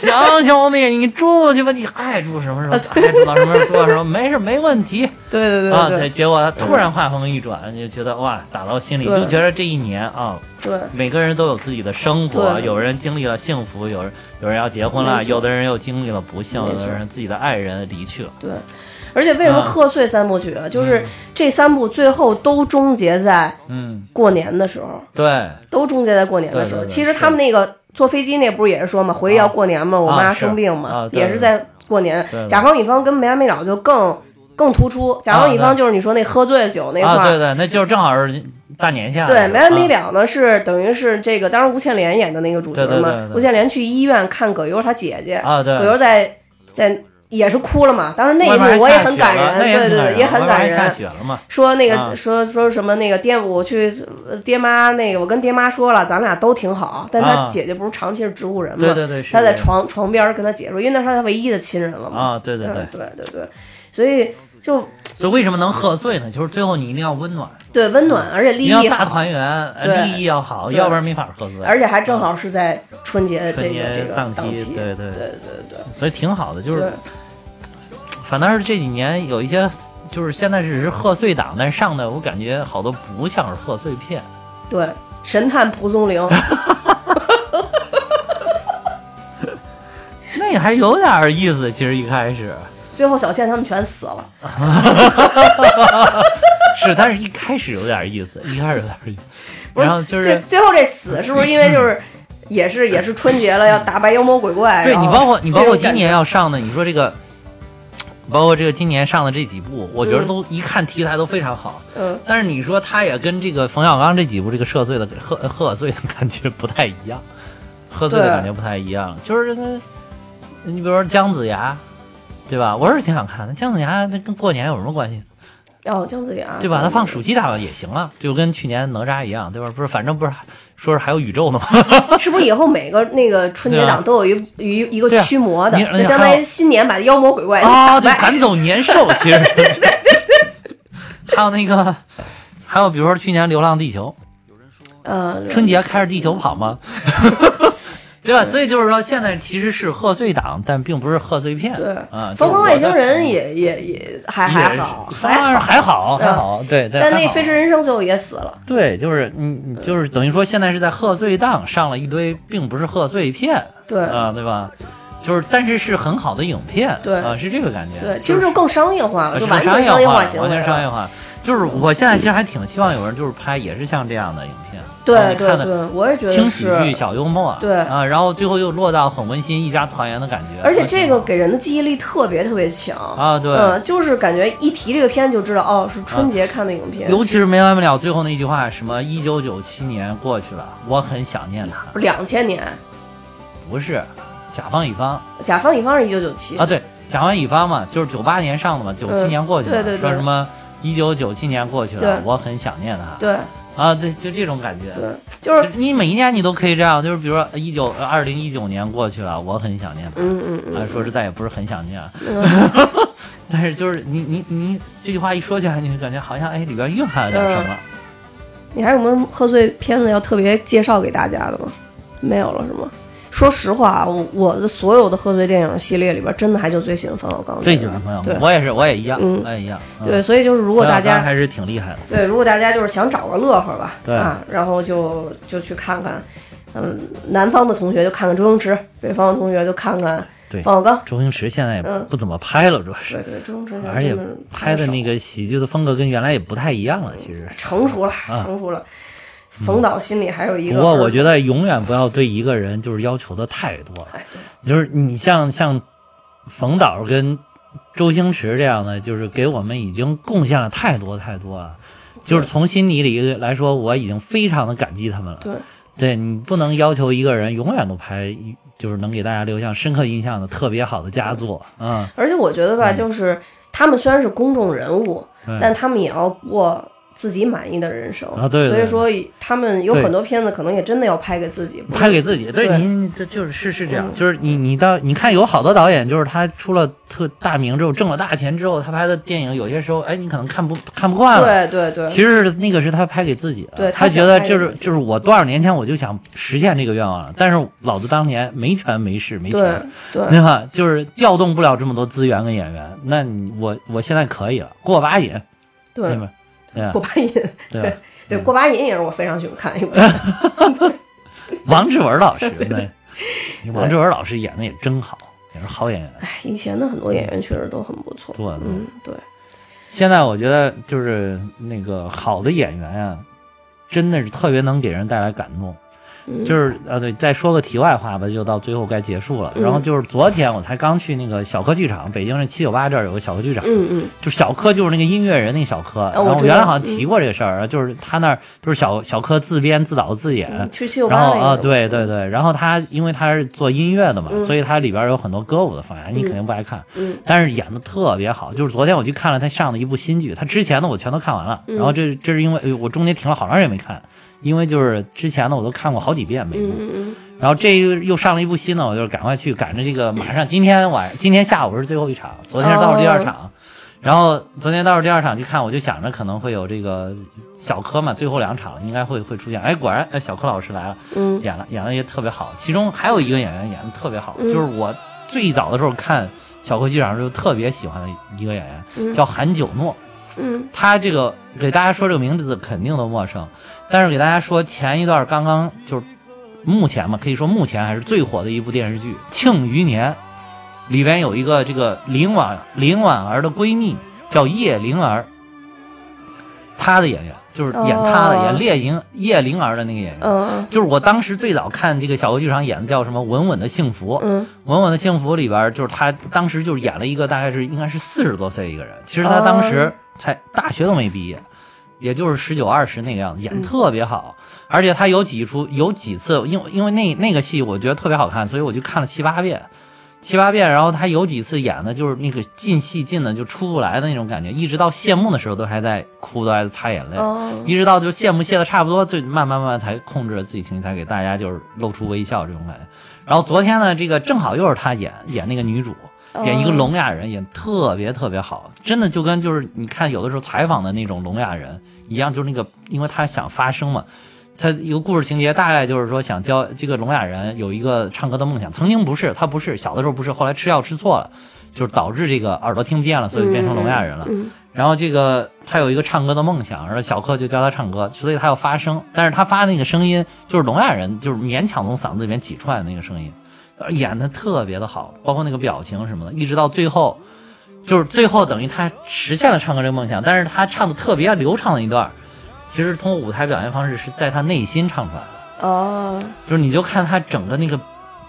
Speaker 4: 行兄弟，你住去吧，你爱住什么时候就爱住到什么时候住到什么，没事没问题
Speaker 2: 对对
Speaker 4: 啊。
Speaker 2: 对
Speaker 4: 结
Speaker 2: 对
Speaker 4: 结果他突然话锋一转，就觉得哇，打到心里，
Speaker 2: 对
Speaker 4: 就觉得这一年啊，
Speaker 2: 对，
Speaker 4: 每个人都有自己的生活，
Speaker 2: 对
Speaker 4: 有人经历了幸福，有人有人要结婚了，
Speaker 2: 没错
Speaker 4: 有的人又经历了不幸，
Speaker 2: 没
Speaker 4: 有
Speaker 2: 错
Speaker 4: 的人自己的爱人离去了。
Speaker 2: 对，而且为什么
Speaker 4: 啊
Speaker 2: 贺岁三部曲啊？就是这三部最后都终结在
Speaker 4: 嗯，
Speaker 2: 过年的时候，
Speaker 4: 对，
Speaker 2: 都终结在过年的时候。
Speaker 4: 对对对
Speaker 2: 其实他们那个坐飞机那不是也是说嘛，回去要过年嘛，我妈
Speaker 4: 啊是
Speaker 2: 生病嘛，
Speaker 4: 啊对
Speaker 2: 也是在过年。
Speaker 4: 对对
Speaker 2: 甲方乙方跟没完没了就更更突出，甲方乙
Speaker 4: 啊
Speaker 2: 方
Speaker 4: 对
Speaker 2: 就是你说那喝醉酒那块
Speaker 4: 啊，
Speaker 2: 儿。
Speaker 4: 对对，那就是正好是大年下
Speaker 2: 对，
Speaker 4: 来
Speaker 2: 没完没了呢，是等于是这个，当时吴倩莲演的那个主
Speaker 4: 对
Speaker 2: 角
Speaker 4: 对对
Speaker 2: 嘛
Speaker 4: 对。对
Speaker 2: 吴倩莲去医院看葛优她姐姐，
Speaker 4: 啊，对，
Speaker 2: 葛优在在也是哭了嘛。当时那一
Speaker 4: 外面还
Speaker 2: 幕我也
Speaker 4: 下
Speaker 2: 很
Speaker 4: 雪
Speaker 2: 感
Speaker 4: 了
Speaker 2: 人，
Speaker 4: 那
Speaker 2: 对对
Speaker 4: 也
Speaker 2: 对，也很
Speaker 4: 啊外
Speaker 2: 感
Speaker 4: 面还下
Speaker 2: 人。
Speaker 4: 雪了嘛，
Speaker 2: 说那个、
Speaker 4: 啊
Speaker 2: 说说什么那个爹，我去呃爹妈那个，我跟爹妈说了，咱俩都挺好，但他
Speaker 4: 啊
Speaker 2: 姐姐不是长期是植物人嘛，
Speaker 4: 对对对，是
Speaker 2: 他在
Speaker 4: 这样
Speaker 2: 床床边儿跟他姐说，因为那是他唯一的亲人了嘛，
Speaker 4: 啊，对对对
Speaker 2: 嗯，对对对，所以就
Speaker 4: 所以为什么能贺岁呢？就是最后你一定要温暖，
Speaker 2: 对温暖，而且利
Speaker 4: 你要
Speaker 2: 益
Speaker 4: 大
Speaker 2: 好，
Speaker 4: 团圆，呃
Speaker 2: 对
Speaker 4: 利益要好，
Speaker 2: 对
Speaker 4: 要不然没法贺岁。
Speaker 2: 而且还正好是在春节的这
Speaker 4: 春
Speaker 2: 个
Speaker 4: 节
Speaker 2: 这个
Speaker 4: 档
Speaker 2: 档期，
Speaker 4: 对对，
Speaker 2: 对对对
Speaker 4: 所以挺好的，就
Speaker 2: 对
Speaker 4: 是反倒是这几年有一些。就是现在只是贺岁档，但上的我感觉好多不像是贺岁片，
Speaker 2: 对，神探蒲松龄，
Speaker 4: 那也还有点儿意思。其实一开始
Speaker 2: 最后小倩他们全死了，
Speaker 4: 是，但是一开始有点意思，一开始有点意思。
Speaker 2: 不
Speaker 4: 然后就是
Speaker 2: 最最后这死是不是因为就是
Speaker 4: [clears throat]
Speaker 2: 也是也是春节了要打败妖魔鬼怪？
Speaker 4: 对
Speaker 2: 然
Speaker 4: 你
Speaker 2: 后
Speaker 4: 包括你包
Speaker 2: 这
Speaker 4: 括
Speaker 2: 种感
Speaker 4: 今年要上的，你说这个，包括这个今年上的这几部，我觉得
Speaker 2: 嗯
Speaker 4: 都一看题材都非常好。
Speaker 2: 觉嗯，
Speaker 4: 但是你说他也跟这个冯小刚这几部这个贺岁的贺贺岁的感觉不太一样，贺岁的
Speaker 2: 对
Speaker 4: 感觉不太一样，就是跟你比如说姜子牙。对吧？我是挺想看的，姜子牙那跟过年有什么关系？
Speaker 2: 哦，姜子牙
Speaker 4: 对吧？他放暑期档也行啊，就跟去年哪吒一样，对吧？不是，反正不是说是还有宇宙呢吗？
Speaker 2: 是不是以后每个那个春节
Speaker 4: 对啊
Speaker 2: 档都有一一一个
Speaker 4: 对啊
Speaker 2: 驱魔的，
Speaker 4: 你
Speaker 2: 就相当于新年把妖魔鬼怪
Speaker 4: 啊，
Speaker 2: 打
Speaker 4: 对，
Speaker 2: 败。
Speaker 4: 赶走年
Speaker 2: [laughs]
Speaker 4: 兽，其实还有那个，还有比如说去年《流浪地球
Speaker 2: 呃，》，
Speaker 4: 春节开着地球跑
Speaker 2: [laughs]
Speaker 4: 嘛，对吧？所以就是说，现在其实是贺岁档，但并不是贺岁片。
Speaker 2: 对，
Speaker 4: 啊，
Speaker 2: 疯狂外星人
Speaker 4: 也
Speaker 2: 也也也还还好，还
Speaker 4: 还
Speaker 2: 好。嗯
Speaker 4: 还好，还好，对对。
Speaker 2: 但
Speaker 4: 还
Speaker 2: 那
Speaker 4: 好
Speaker 2: 飞驰人生最后也死了，
Speaker 4: 对，就是你，你就是等于说现在是在贺岁档上了一堆，并不是贺岁片，
Speaker 2: 对
Speaker 4: 啊，对吧？就是，但是是很好的影片，
Speaker 2: 对
Speaker 4: 啊，是这个感觉。
Speaker 2: 对，其实就更商业化啊了，就完
Speaker 4: 全
Speaker 2: 全
Speaker 4: 呃啊商
Speaker 2: 业
Speaker 4: 化，
Speaker 2: 行
Speaker 4: 完
Speaker 2: 为
Speaker 4: 全
Speaker 2: 了。
Speaker 4: 商业化。就是我现在其实还挺希望有人就是拍也是像这样的影片，
Speaker 2: 对
Speaker 4: 啊让你
Speaker 2: 对
Speaker 4: 看的
Speaker 2: 对，我也觉
Speaker 4: 轻
Speaker 2: 得
Speaker 4: 喜
Speaker 2: 是。
Speaker 4: 剧、小幽默，
Speaker 2: 对
Speaker 4: 啊，然后最后又落到很温馨、一家团圆的感觉。
Speaker 2: 而且这个
Speaker 4: 还挺
Speaker 2: 给人的记忆力特别特别强
Speaker 4: 啊对
Speaker 2: 嗯，就是感觉一提这个片就知道，哦，是春节看的影片
Speaker 4: 好，尤其是没完没了最后那句话，什么一九九七年过去了，我很想念他，
Speaker 2: 两千年，
Speaker 4: 不是。甲方乙方
Speaker 2: 甲方乙方是一九九七
Speaker 4: 啊，，对，甲方乙方嘛，就是九八年上的嘛，九七
Speaker 2: 嗯
Speaker 4: 年过去了，
Speaker 2: 对对对
Speaker 4: 说什么一九九七年过去了
Speaker 2: 对，
Speaker 4: 我很想念他，
Speaker 2: 对
Speaker 4: 啊，对，就这种感觉，
Speaker 2: 对，就是
Speaker 4: 就是 [laughs] 你每一年你都可以这样，就是比如说一九二零一九年过去了，我很想念他。
Speaker 2: 嗯嗯
Speaker 4: 啊，
Speaker 2: 嗯，
Speaker 4: 说实在也不是很想念，啊， [laughs] 但是就是你你你这句话一说起来，你就感觉好像哎里边蕴含了点什么。
Speaker 2: 嗯你还有没有什么贺岁片子要特别介绍给大家的吗？没有了是吗？说实话啊，我我的所有的贺岁电影系列里边，真的还就最喜欢冯小刚，
Speaker 4: 最喜欢朋友
Speaker 2: 对
Speaker 4: 们，我也是，我也一样，
Speaker 2: 嗯
Speaker 4: 我也一样。嗯
Speaker 2: 对，，所以就是如果大
Speaker 4: 冯小刚
Speaker 2: 家
Speaker 4: 还是挺厉害的。
Speaker 2: 对，如果大家就是想找个乐呵吧，
Speaker 4: 对
Speaker 2: 啊，然后就就去看看，嗯，南方的同学就看看周星驰，北方的同学就看看
Speaker 4: 对
Speaker 2: 冯小刚。
Speaker 4: 周星驰现在也
Speaker 2: 嗯
Speaker 4: 不怎么拍了，主要
Speaker 2: 对
Speaker 4: 是，
Speaker 2: 对，周星驰
Speaker 4: 而且
Speaker 2: 真是
Speaker 4: 拍的
Speaker 2: 少
Speaker 4: 那个喜剧的风格跟原来也不太一样了，其实。
Speaker 2: 成熟了，成熟了。冯导心里还有一
Speaker 4: 啊
Speaker 2: 个，
Speaker 4: 不过我觉得永远不要对一个人就是要求的太多了。
Speaker 2: 哎，对
Speaker 4: 就是你像像冯导跟周星驰这样的，就是给我们已经贡献了太多太多了。就是从心底里来说，我已经非常的感激他们了。
Speaker 2: 对
Speaker 4: 对你不能要求一个人永远都拍，就是能给大家留下深刻印象的特别好的佳作啊、
Speaker 2: 而且我觉得吧，就是他们虽然是公众人物，
Speaker 4: 对
Speaker 2: 但他们也要过自己满意的人生。
Speaker 5: 啊对对对
Speaker 2: 所以说他们有
Speaker 4: 对
Speaker 2: 很多片子可能也真的要拍给自己，不是
Speaker 4: 拍给自己，对
Speaker 2: 对
Speaker 4: 您这就是是是这样，就是你你到你看有好多导演，就是他出了特大名之后，挣了大钱之后，他拍的电影有些时候，哎，你可能看不看不惯了。
Speaker 2: 对对对，
Speaker 4: 其实是那个是他拍给自己的，
Speaker 2: 对
Speaker 4: 他
Speaker 2: 他
Speaker 4: 觉
Speaker 2: 想
Speaker 4: 得
Speaker 2: 拍给
Speaker 4: 就是
Speaker 2: 自己
Speaker 4: 就是我多少年前我就想实现这个愿望了，但是老子当年没权没势没
Speaker 2: 对
Speaker 4: 钱，
Speaker 2: 对
Speaker 4: 对吧？就是调动不了这么多资源跟演员，那你我我现在可以了，过把瘾，对
Speaker 2: 对，
Speaker 4: 吧？对吧
Speaker 2: 过把瘾，
Speaker 4: 对吧？
Speaker 2: 对过把瘾也是我非常喜欢看一
Speaker 4: [laughs]
Speaker 2: 部，
Speaker 4: 王志文老师，对，王志文老师演的也真好，也是好演员。
Speaker 2: 哎，以前的很多演员确实都很不错，
Speaker 4: 对对
Speaker 2: 嗯对，
Speaker 4: 现在我觉得就是那个好的演员呀、真的是特别能给人带来感动。
Speaker 2: 嗯
Speaker 4: 就是呃，对，再说个题外话吧，就到最后该结束了。
Speaker 2: 嗯
Speaker 4: 然后就是昨天我才刚去那个小柯剧场，北京这七九八这儿有个小柯剧场，
Speaker 2: 嗯嗯
Speaker 4: 就小柯就是那个音乐人那个小柯。然
Speaker 2: 我
Speaker 4: 后我
Speaker 2: 知
Speaker 4: 原来
Speaker 2: 道嗯
Speaker 4: 好像提过这个事儿，就是他那儿都是小小柯自编自导自演，
Speaker 2: 嗯，去七九
Speaker 4: 然
Speaker 2: 八
Speaker 4: 后
Speaker 2: 那
Speaker 4: 啊，
Speaker 2: 个
Speaker 4: 对对对，然后他因为他是做音乐的嘛，
Speaker 2: 嗯
Speaker 4: 所以他里边有很多歌舞的方案，你肯定不爱看，
Speaker 2: 嗯
Speaker 4: 但是演的特别好。就是昨天我去看了他上的一部新剧，他之前的我全都看完了，然后这这是因为哎呦我中间停了好长时间没看，因为就是之前的我都看过好几遍每部，
Speaker 2: 嗯嗯
Speaker 4: 然后这又又上了一部新的，我就赶快去赶着这个，马上今天晚今天下午是最后一场，昨天是倒数第二场。 [laughs] 然后昨天倒数第二场去看，我就想着可能会有这个小柯嘛，最后两场了应该会会出现。哎，果然，哎，小柯老师来了，
Speaker 2: 嗯
Speaker 4: 演了演的也特别好。其中还有一个演员演的特别好，
Speaker 2: 嗯
Speaker 4: 就是我最早的时候看小柯剧场的时候特别喜欢的一个演员，
Speaker 2: 嗯
Speaker 4: 叫韩九诺。
Speaker 2: 嗯
Speaker 4: 他这个给大家说这个名字肯定都陌生，但是给大家说前一段刚刚就是目前嘛，可以说目前还是最火的一部电视剧《庆余年》，里边有一个这个林婉林婉儿的闺蜜叫叶灵儿，她的演员就是演她的、
Speaker 2: 哦
Speaker 4: 演猎莹叶灵儿的那个演员。
Speaker 2: 嗯
Speaker 4: 就是我当时最早看这个小柯剧场演的叫什么《稳稳的幸福》，
Speaker 2: 嗯
Speaker 4: 稳稳的幸福》里边，就是他当时就是演了一个大概是应该是四十多岁一个人，其实他当时才大学都没毕业，也就是十九二十那个样子，演得特别好。而且他有几出有几次，因为因为那那个戏我觉得特别好看，所以我就看了七八遍。七八遍，然后他有几次演的就是那个进戏进的就出不来的那种感觉，一直到谢幕的时候都还在哭，都还在擦眼泪。
Speaker 2: 哦
Speaker 4: 一直到就谢幕谢的差不多，最慢慢慢慢才控制了自己情绪，才给大家就是露出微笑这种感觉。然后昨天呢，这个正好又是她演演那个女主，演一个聋哑人，演特别特别好，真的就跟就是你看有的时候采访的那种聋哑人一样，就是那个因为他想发声嘛。他有故事情节，大概就是说想教这个聋哑人有一个唱歌的梦想。曾经不是，他不是小的时候不是，后来吃药吃错了，就是导致这个耳朵听不见了，所以变成聋哑人了。
Speaker 2: 嗯
Speaker 4: 然后这个他有一个唱歌的梦想，然后小克就教他唱歌，所以他要发声，但是他发那个声音就是聋哑人，就是勉强从嗓子里面挤出来的那个声音，呃演的特别的好，包括那个表情什么的，一直到最后，就是最后等于他实现了唱歌这个梦想，但是他唱的特别流畅的一段，其实通过舞台表现方式是在他内心唱出来的。
Speaker 2: 哦
Speaker 4: 就是你就看他整个那个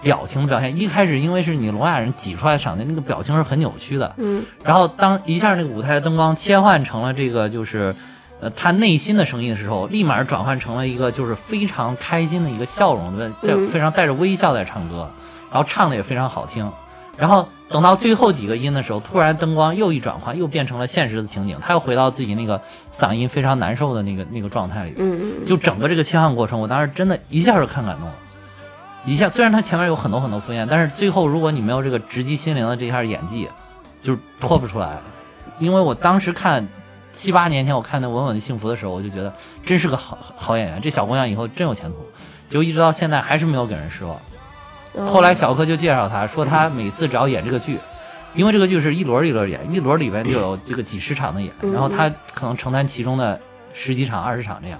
Speaker 4: 表情的表现，一开始因为是你聋哑人挤出来的嗓子，那个表情是很扭曲的，
Speaker 2: 嗯，
Speaker 4: 然后当一下那个舞台灯光切换成了这个就是。呃，他内心的声音的时候，立马转换成了一个就是非常开心的一个笑容，在在
Speaker 2: 嗯
Speaker 4: 非常带着微笑在唱歌，然后唱的也非常好听。然后等到最后几个音的时候，突然灯光又一转换，又变成了现实的情景，他又回到自己那个嗓音非常难受的那个那个状态里。
Speaker 2: 嗯
Speaker 4: 就整个这个切换过程，我当时真的一下就看感动了。一下，虽然他前面有很多很多铺垫，但是最后如果你没有这个直击心灵的这一下演技，就是脱不出来。因为我当时看七八年前我看那《稳稳的幸福》的时候，我就觉得真是个好好演员，这小姑娘以后真有前途。结果一直到现在还是没有给人失望。
Speaker 2: 嗯，
Speaker 4: 后来小柯就介绍他说，他每次只要演这个剧，因为这个剧是一轮一轮演，一轮里边就有这个几十场的演，
Speaker 2: 嗯
Speaker 4: 然后他可能承担其中的十几场、二十场这样。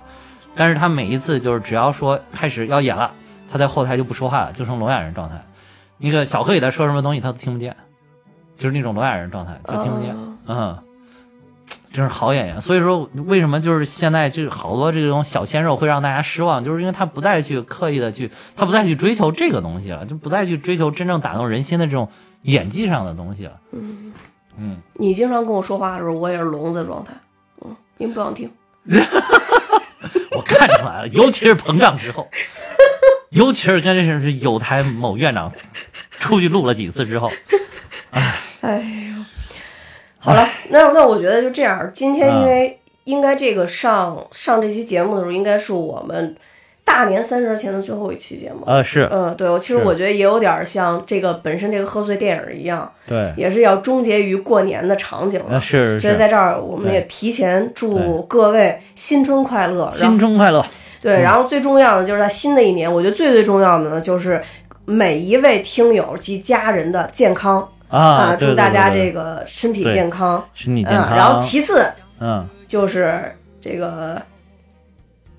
Speaker 4: 但是他每一次就是只要说开始要演了，他在后台就不说话了，就成聋哑人状态。那个小柯给他说什么东西他都听不见，就是那种聋哑人状态，就听不见。
Speaker 2: 哦
Speaker 4: 嗯，真是好演员。所以说，为什么就是现在这好多这种小鲜肉会让大家失望，就是因为他不再去刻意的去，他不再去追求这个东西了，就不再去追求真正打动人心的这种演技上的东西了。
Speaker 2: 嗯
Speaker 4: 嗯，
Speaker 2: 你经常跟我说话的时候，我也是聋子状态，嗯，因为不想听，
Speaker 4: 我看出来了，尤其是膨胀之后， [laughs] 尤其是跟是是有台某院长出去录了几次之后，嗯
Speaker 2: 哎呦，好了，那那我觉得就这样，今天因为应该这个上上这期节目的时候，应该是我们大年三十前的最后一期节目。
Speaker 4: 呃，是
Speaker 2: 嗯，对，我其实
Speaker 4: 是
Speaker 2: 我觉得也有点像这个本身这个贺岁电影一样，
Speaker 4: 对，
Speaker 2: 也是要终结于过年的场景
Speaker 4: 呃
Speaker 2: 了。
Speaker 4: 是
Speaker 2: 所
Speaker 4: 是
Speaker 2: 以
Speaker 4: 是，
Speaker 2: 在这儿，我们也提前祝各位新春快乐。然后
Speaker 4: 新春嗯快乐，
Speaker 2: 对，然后最重要的就是在新的一年，我觉得最最重要的呢，就是每一位听友及家人的健康
Speaker 4: 啊，对
Speaker 2: 祝大家这
Speaker 4: 个
Speaker 2: 个身体
Speaker 4: 对
Speaker 2: 健康。
Speaker 4: 身体健
Speaker 2: 嗯，
Speaker 4: 康，
Speaker 2: 然后其次
Speaker 4: 嗯，
Speaker 2: 就是这个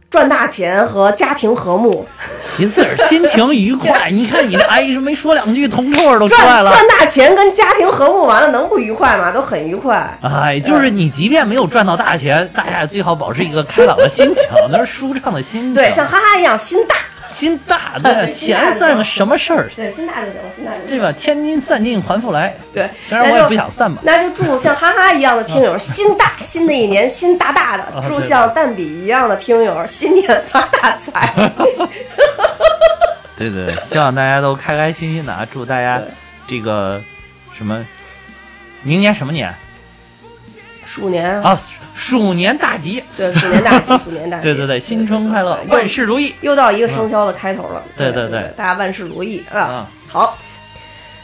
Speaker 2: 赚大钱和家庭和
Speaker 4: [laughs]
Speaker 2: 睦，
Speaker 4: 其次是心情愉
Speaker 2: [laughs]
Speaker 4: 快。你看你这阿姨是没说两句，铜臭味儿都出来
Speaker 2: 赚
Speaker 4: 了。
Speaker 2: 赚大钱跟家庭和睦完了能不愉快吗？都很愉快。
Speaker 4: 哎，就是你，即便没有赚到大
Speaker 2: [laughs]
Speaker 4: 钱，大家也最好保持一个开朗的心情，那是舒畅的心情。
Speaker 2: 对，像哈哈一样心大，
Speaker 4: 心大，对，钱算个什么事儿，
Speaker 2: 对，心大就行了，心大就行
Speaker 4: 对吧？千金散尽还复来。
Speaker 2: 对
Speaker 4: 虽然我也不想散吧。
Speaker 2: 那就祝像哈哈一样的
Speaker 3: 啊
Speaker 2: 听友心大，新的一年心大大的；
Speaker 4: 对
Speaker 2: 祝像蛋比一样的听友新年发大财。
Speaker 3: [laughs] 对对，对希望大家都开开心心的啊！祝大家这个什么，明年什么年
Speaker 2: 鼠年啊，
Speaker 3: 啊？鼠年大吉！
Speaker 2: 对，鼠年大吉，嗯鼠年大吉。
Speaker 3: 对对对，新春快乐，
Speaker 2: 对
Speaker 3: 万事如意！
Speaker 2: 又到一个生肖的开头了。
Speaker 3: 对
Speaker 2: 对
Speaker 3: 对对
Speaker 2: 大家万事如意啊
Speaker 3: 啊！
Speaker 2: 好。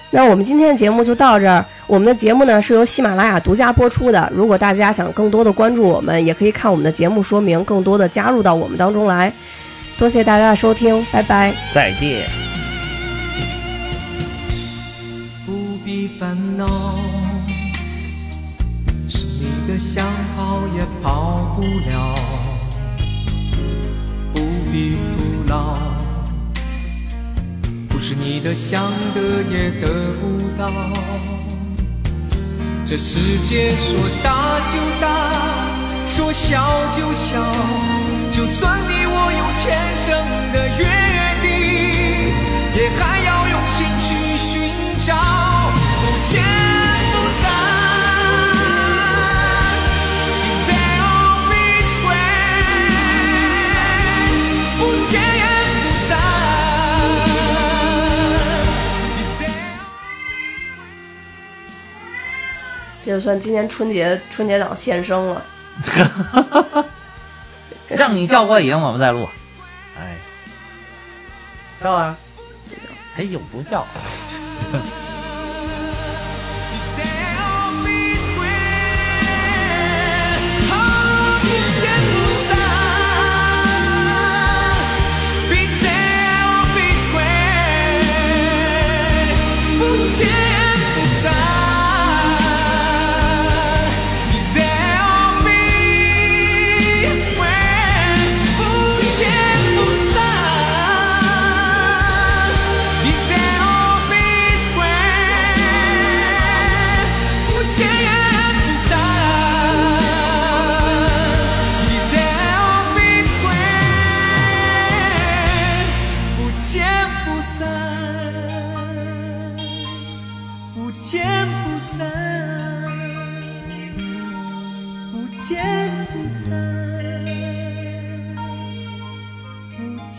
Speaker 2: 那我们今天的节目就到这儿。我们的节目呢是由喜马拉雅独家播出的。如果大家想更多的关注我们，也可以看我们的节目说明，更多的加入到我们当中来。多谢大家的收听，拜拜。
Speaker 4: 再见。
Speaker 6: 不必烦恼，是你的想跑也跑不了，不必徒劳，不是你的想得也得不到。这世界说大就大，说小就小，就算你我有前生的约定，也还要用心去寻找，不见不散。They'll be square，不见不散。
Speaker 2: 这就算今年春节春节档现身了。
Speaker 3: 让你叫过瘾，我们再录。哎，叫啊！哎呦，不
Speaker 4: 啊
Speaker 3: 叫。
Speaker 6: Tell me square，好心情不散。Be tell me square，不见不散。Be tell me square，不见不散。一切都被摧毁，不见不散。一切都被摧毁，不见不散，不见不散，不见不散，不见。